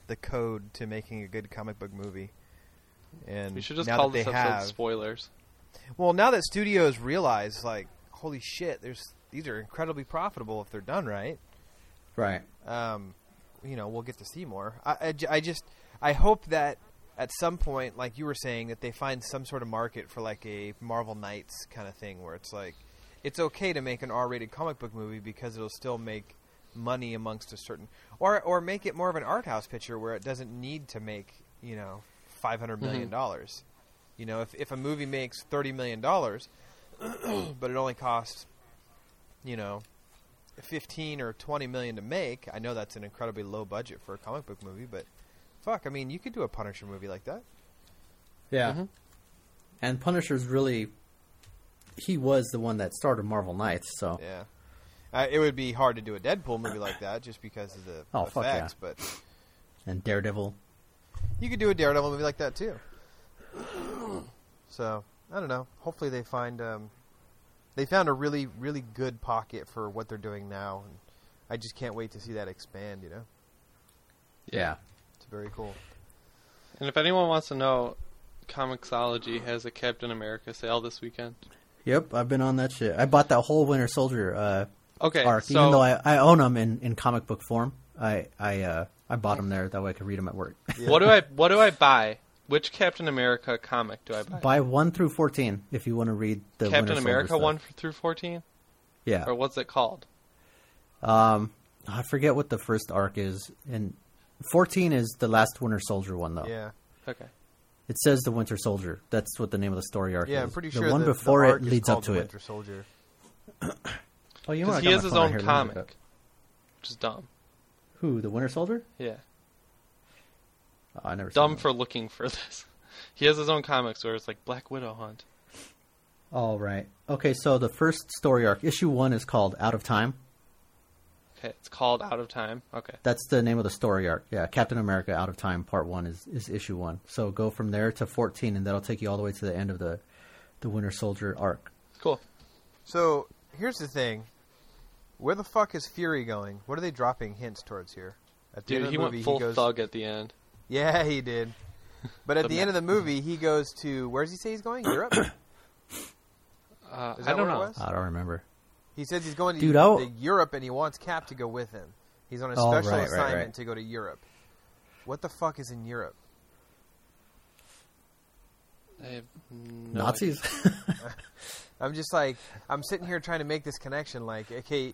[SPEAKER 1] the code to making a good comic book movie. And
[SPEAKER 2] We should just
[SPEAKER 1] now
[SPEAKER 2] call
[SPEAKER 1] that
[SPEAKER 2] this
[SPEAKER 1] they
[SPEAKER 2] episode
[SPEAKER 1] have,
[SPEAKER 2] spoilers.
[SPEAKER 1] well, now that studios realize, like, holy shit, there's these are incredibly profitable if they're done right.
[SPEAKER 3] Right.
[SPEAKER 1] Um, you know, we'll get to see more. I, I j- I just I hope that at some point, like you were saying, that they find some sort of market for like a Marvel Knights kind of thing, where it's like it's okay to make an R-rated comic book movie because it'll still make money amongst a certain or or make it more of an art house picture where it doesn't need to make you know five hundred million dollars. You know, if if a movie makes thirty million dollars, but it only costs, you know, fifteen or twenty million to make. I know that's an incredibly low budget for a comic book movie, but fuck, I mean, you could do a Punisher movie like that.
[SPEAKER 3] Yeah. And Punisher's really he was the one that started Marvel Knights, so
[SPEAKER 1] Yeah, uh, it would be hard to do a Deadpool movie like that just because of the
[SPEAKER 3] Oh, fuck
[SPEAKER 1] effects. But
[SPEAKER 3] and Daredevil.
[SPEAKER 1] you could do a Daredevil movie like that too. So I don't know. Hopefully, they find um, they found a really really good pocket for what they're doing now, and I just can't wait to see that expand. You know,
[SPEAKER 3] Yeah.
[SPEAKER 1] it's very cool.
[SPEAKER 2] And if anyone wants to know, Comixology has a Captain America sale this weekend.
[SPEAKER 3] Yep, I've been on that shit. I bought that whole Winter Soldier uh
[SPEAKER 2] Okay,
[SPEAKER 3] arc,
[SPEAKER 2] so
[SPEAKER 3] even though I, I own them in, in comic book form. I I uh, I bought them there that way I could read them at work.
[SPEAKER 2] what do I what do I buy? Which Captain America comic do I buy?
[SPEAKER 3] Buy one through fourteen if you want to read the Winter
[SPEAKER 2] Captain
[SPEAKER 3] Soldier
[SPEAKER 2] America
[SPEAKER 3] stuff.
[SPEAKER 2] one f- through fourteen,
[SPEAKER 3] Yeah,
[SPEAKER 1] Oh.
[SPEAKER 3] um,
[SPEAKER 2] or what's it called?
[SPEAKER 3] I forget what the first arc is, and fourteen is the last Winter Soldier one though.
[SPEAKER 1] Yeah.
[SPEAKER 2] Okay,
[SPEAKER 3] It says the Winter Soldier. That's what the name of the story arc is.
[SPEAKER 1] Yeah, I'm pretty
[SPEAKER 3] the
[SPEAKER 1] sure
[SPEAKER 3] one
[SPEAKER 1] the,
[SPEAKER 3] before
[SPEAKER 1] the
[SPEAKER 3] it
[SPEAKER 1] arc is
[SPEAKER 3] leads up
[SPEAKER 1] called
[SPEAKER 3] to
[SPEAKER 1] the
[SPEAKER 3] it.
[SPEAKER 1] Winter Soldier.
[SPEAKER 3] Oh, you
[SPEAKER 2] because
[SPEAKER 3] know what? I
[SPEAKER 2] he
[SPEAKER 3] got
[SPEAKER 2] has his
[SPEAKER 3] my phone right
[SPEAKER 2] own
[SPEAKER 3] here. Let me look it up.
[SPEAKER 2] comic, which is dumb.
[SPEAKER 3] Who? The Winter Soldier?
[SPEAKER 2] Yeah,
[SPEAKER 3] Oh, I never. seen
[SPEAKER 2] dumb
[SPEAKER 3] that.
[SPEAKER 2] for looking for this. He has his own comics where it's like Black Widow hunt.
[SPEAKER 3] All right. Okay, so the first story arc, issue one, is called Out of Time.
[SPEAKER 2] Okay, it's called Out of Time. Okay,
[SPEAKER 3] That's the name of the story arc. Yeah, Captain America Out of Time Part One is, is issue one. So go from there to fourteen, and that'll take you all the way to the end of the the Winter Soldier arc.
[SPEAKER 2] cool.
[SPEAKER 1] So here's the thing: where the fuck is Fury going? What are they dropping hints towards here? At the end
[SPEAKER 2] Dude,
[SPEAKER 1] of
[SPEAKER 2] he
[SPEAKER 1] the movie,
[SPEAKER 2] went full
[SPEAKER 1] he goes,
[SPEAKER 2] thug at the end.
[SPEAKER 1] Yeah, he did. But at the,
[SPEAKER 2] The
[SPEAKER 1] end of the movie, he goes to where does he say he's going? Europe.
[SPEAKER 2] Uh,
[SPEAKER 1] Is
[SPEAKER 2] I
[SPEAKER 1] that
[SPEAKER 2] don't
[SPEAKER 1] where it
[SPEAKER 2] know.
[SPEAKER 1] was?
[SPEAKER 3] I don't remember.
[SPEAKER 1] He says he's going to,
[SPEAKER 3] Dude,
[SPEAKER 1] to
[SPEAKER 3] I'll-
[SPEAKER 1] Europe, and he wants Cap to go with him. He's on a
[SPEAKER 3] Oh,
[SPEAKER 1] special
[SPEAKER 3] right, right,
[SPEAKER 1] assignment
[SPEAKER 3] right.
[SPEAKER 1] to go to Europe. What the fuck is in Europe?
[SPEAKER 2] I have no
[SPEAKER 3] Nazis.
[SPEAKER 1] I'm just like I'm sitting here trying to make this connection. Like, okay,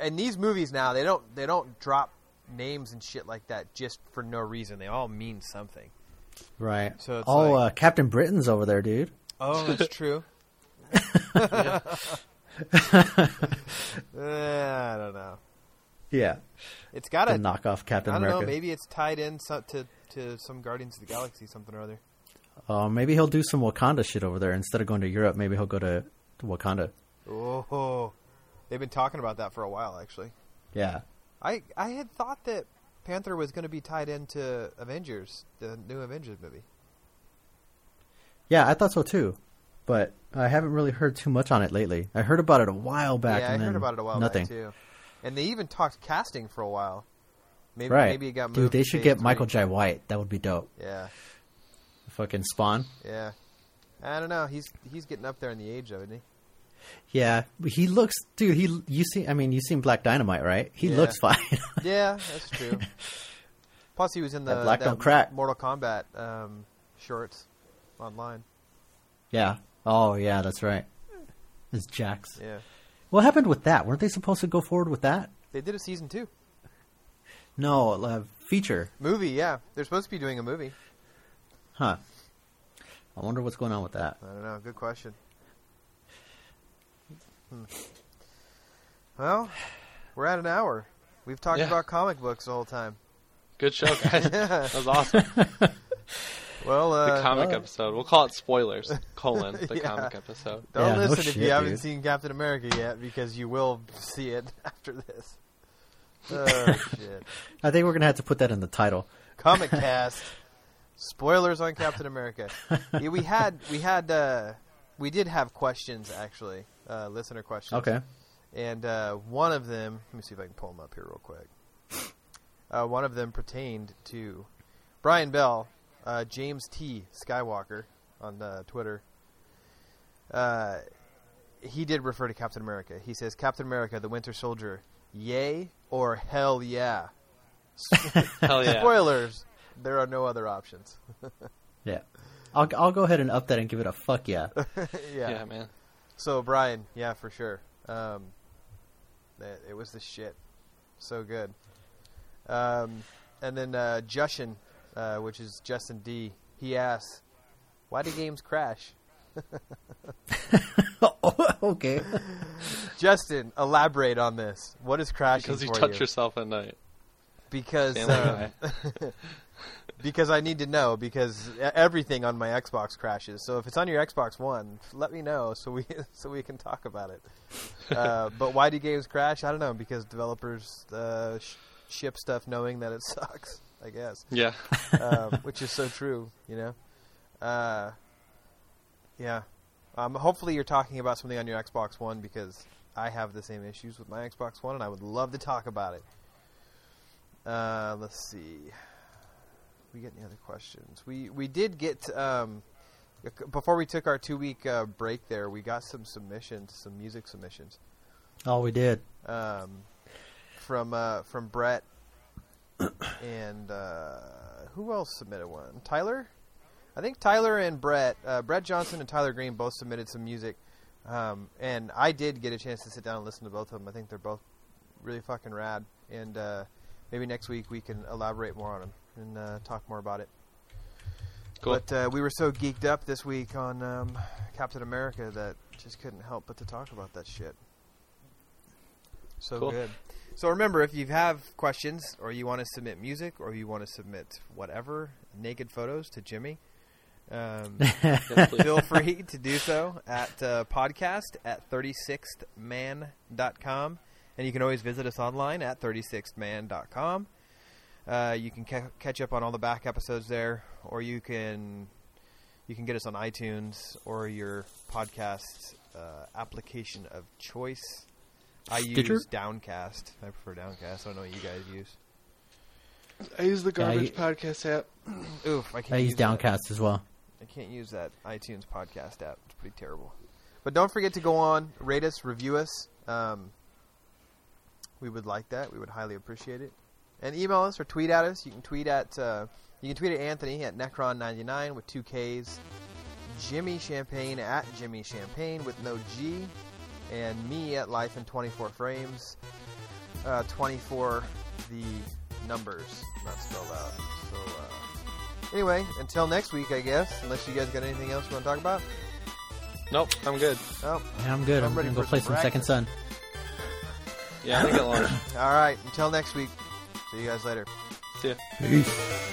[SPEAKER 1] and these movies now they don't they don't drop names and shit like that just for no reason. They all mean something.
[SPEAKER 3] right.
[SPEAKER 1] So it's
[SPEAKER 3] oh,
[SPEAKER 1] like-
[SPEAKER 3] uh, Captain Britain's over there, dude.
[SPEAKER 1] Oh, that's true. Eh, Uh, I don't know.
[SPEAKER 3] Yeah,
[SPEAKER 1] It's got to.
[SPEAKER 3] the knockoff Captain
[SPEAKER 1] I don't
[SPEAKER 3] America.
[SPEAKER 1] know. Maybe it's tied in so, to to some Guardians of the Galaxy something or other.
[SPEAKER 3] Uh, maybe he'll do some Wakanda shit over there instead of going to Europe. Maybe he'll go to, to Wakanda.
[SPEAKER 1] Oh, they've been talking about that for a while actually.
[SPEAKER 3] Yeah.
[SPEAKER 1] I I had thought that Panther was going to be tied into Avengers, the new Avengers movie.
[SPEAKER 3] Yeah, I thought so too, but I haven't really heard too much on it lately. I heard about it a while back.
[SPEAKER 1] yeah,
[SPEAKER 3] and
[SPEAKER 1] I
[SPEAKER 3] then
[SPEAKER 1] heard about it a while
[SPEAKER 3] nothing.
[SPEAKER 1] back too. And they even talked casting for a while. Maybe
[SPEAKER 3] Right,
[SPEAKER 1] maybe it got moved.
[SPEAKER 3] dude. They
[SPEAKER 1] to
[SPEAKER 3] should
[SPEAKER 1] phase
[SPEAKER 3] get
[SPEAKER 1] three.
[SPEAKER 3] Michael J. White. That would be dope.
[SPEAKER 1] Yeah,
[SPEAKER 3] Fucking Spawn.
[SPEAKER 1] yeah. I don't know. He's he's getting up there in the age, though, isn't he?
[SPEAKER 3] Yeah, he looks, dude. He you see? I mean, you seen Black Dynamite, right? He
[SPEAKER 1] Yeah.
[SPEAKER 3] looks fine.
[SPEAKER 1] Yeah, that's true. Plus, he was in the
[SPEAKER 3] That black don't crack.
[SPEAKER 1] Mortal Kombat um, shorts online.
[SPEAKER 3] yeah. Oh yeah, that's right. It's Jax.
[SPEAKER 1] Yeah,
[SPEAKER 3] What happened with that? Weren't they supposed to go forward with that?
[SPEAKER 1] they did a season two
[SPEAKER 3] No, uh, feature.
[SPEAKER 1] movie. Yeah, they're supposed to be doing a movie.
[SPEAKER 3] Huh. I wonder what's going on with that.
[SPEAKER 1] I don't know. Good question. Hmm. Well, we're at an hour. We've talked
[SPEAKER 2] Yeah.
[SPEAKER 1] about comic books the whole time.
[SPEAKER 2] Good show, guys. That was awesome.
[SPEAKER 1] Well, uh,
[SPEAKER 2] The comic episode. We'll call it spoilers. Colon the
[SPEAKER 1] Yeah.
[SPEAKER 2] comic episode.
[SPEAKER 1] don't
[SPEAKER 3] Yeah, no
[SPEAKER 1] listen if
[SPEAKER 3] shit,
[SPEAKER 1] you haven't
[SPEAKER 3] dude.
[SPEAKER 1] seen Captain America yet, because you will see it after this. Oh shit!
[SPEAKER 3] I think we're gonna have to put that in the title.
[SPEAKER 1] Comic Cast. Spoilers on Captain America. Yeah, we had we had uh, we did have questions actually, uh, listener questions.
[SPEAKER 3] Okay.
[SPEAKER 1] And uh, one of them, let me see if I can pull them up here real quick. Uh, one of them pertained to Brian Bell, uh, James T. Skywalker on uh, Twitter. Uh, he did refer to Captain America. He says, Captain America, the Winter Soldier, yay or hell yeah?
[SPEAKER 2] Hell yeah.
[SPEAKER 1] Spoilers, there are no other options.
[SPEAKER 3] Yeah. I'll I'll go ahead and up that and give it a fuck yeah.
[SPEAKER 1] yeah.
[SPEAKER 2] Yeah, man.
[SPEAKER 1] So, Brian, yeah, for sure. Um, that, it was the shit. So good. Um, and then uh, Jushin, uh, which is Justin D, he asks, why do games crash?
[SPEAKER 3] okay.
[SPEAKER 1] Justin, elaborate on this. What is crashing
[SPEAKER 2] Because you
[SPEAKER 1] for
[SPEAKER 2] touch
[SPEAKER 1] you?
[SPEAKER 2] yourself at night.
[SPEAKER 1] Because,
[SPEAKER 2] Family
[SPEAKER 1] um, because I need to know, because e- everything on my Xbox crashes. So if it's on your Xbox One, let me know so we, so we can talk about it. uh, but why do games crash? I don't know because developers uh, sh- ship stuff knowing that it sucks. I guess,
[SPEAKER 2] Yeah.
[SPEAKER 1] um, which is so true. You know, uh, yeah. Um, hopefully, you're talking about something on your Xbox One because I have the same issues with my Xbox One, and I would love to talk about it. Uh, let's see. We get any other questions? We we did get um, before we took our two week uh, break. There, we got some submissions, some music submissions
[SPEAKER 3] Oh, we did.
[SPEAKER 1] um, from uh, from Brett and uh, who else submitted one? Tyler, I think Tyler and Brett, uh, Brett Johnson and Tyler Green both submitted some music, um, and I did get a chance to sit down and listen to both of them. I think they're both really fucking rad, and uh, maybe next week we can elaborate more on them and uh, talk more about it.
[SPEAKER 2] Cool.
[SPEAKER 1] But uh, we were so geeked up this week on um, Captain America that just couldn't help but to talk about that shit. So
[SPEAKER 2] Cool.
[SPEAKER 1] good. So remember, if you have questions or you want to submit music or you want to submit whatever naked photos to Jimmy, um,
[SPEAKER 2] Yes, please.
[SPEAKER 1] feel free to do so at uh, podcast at 36thman.com. And you can always visit us online at 36thman.com. Uh, you can ca- catch up on all the back episodes there, or you can you can get us on iTunes or your podcast uh, application of choice. I
[SPEAKER 3] Stitcher?
[SPEAKER 1] use Downcast. I prefer Downcast. I don't know what you guys use.
[SPEAKER 2] I use the
[SPEAKER 3] Yeah, you-
[SPEAKER 2] garbage podcast app.
[SPEAKER 1] Oof, I can't
[SPEAKER 3] I use
[SPEAKER 1] use that.
[SPEAKER 3] Downcast as well.
[SPEAKER 1] I can't use that iTunes podcast app. It's pretty terrible. But don't forget to go on, rate us, review us. Um, we would like that. We would highly appreciate it. And email us or tweet at us. You can tweet at uh, you can tweet at Anthony at Necron99 with two Ks, Jimmy Champagne at Jimmy Champagne with no G, and me at Life in 24 Frames. Uh, 24 the numbers, not spelled out. So. Uh, Anyway, until next week, I guess. Unless you guys got anything else you want to talk about.
[SPEAKER 2] Nope, I'm good.
[SPEAKER 1] Oh,
[SPEAKER 3] Yeah, I'm good.
[SPEAKER 1] I'm
[SPEAKER 3] I'm,
[SPEAKER 1] ready
[SPEAKER 3] gonna go
[SPEAKER 1] for
[SPEAKER 3] play
[SPEAKER 1] some
[SPEAKER 3] some Second
[SPEAKER 1] practice.
[SPEAKER 3] Son.
[SPEAKER 2] Yeah, I'm gonna get lunch.
[SPEAKER 1] all right. Until next week. See you guys later.
[SPEAKER 2] See ya.
[SPEAKER 3] Peace.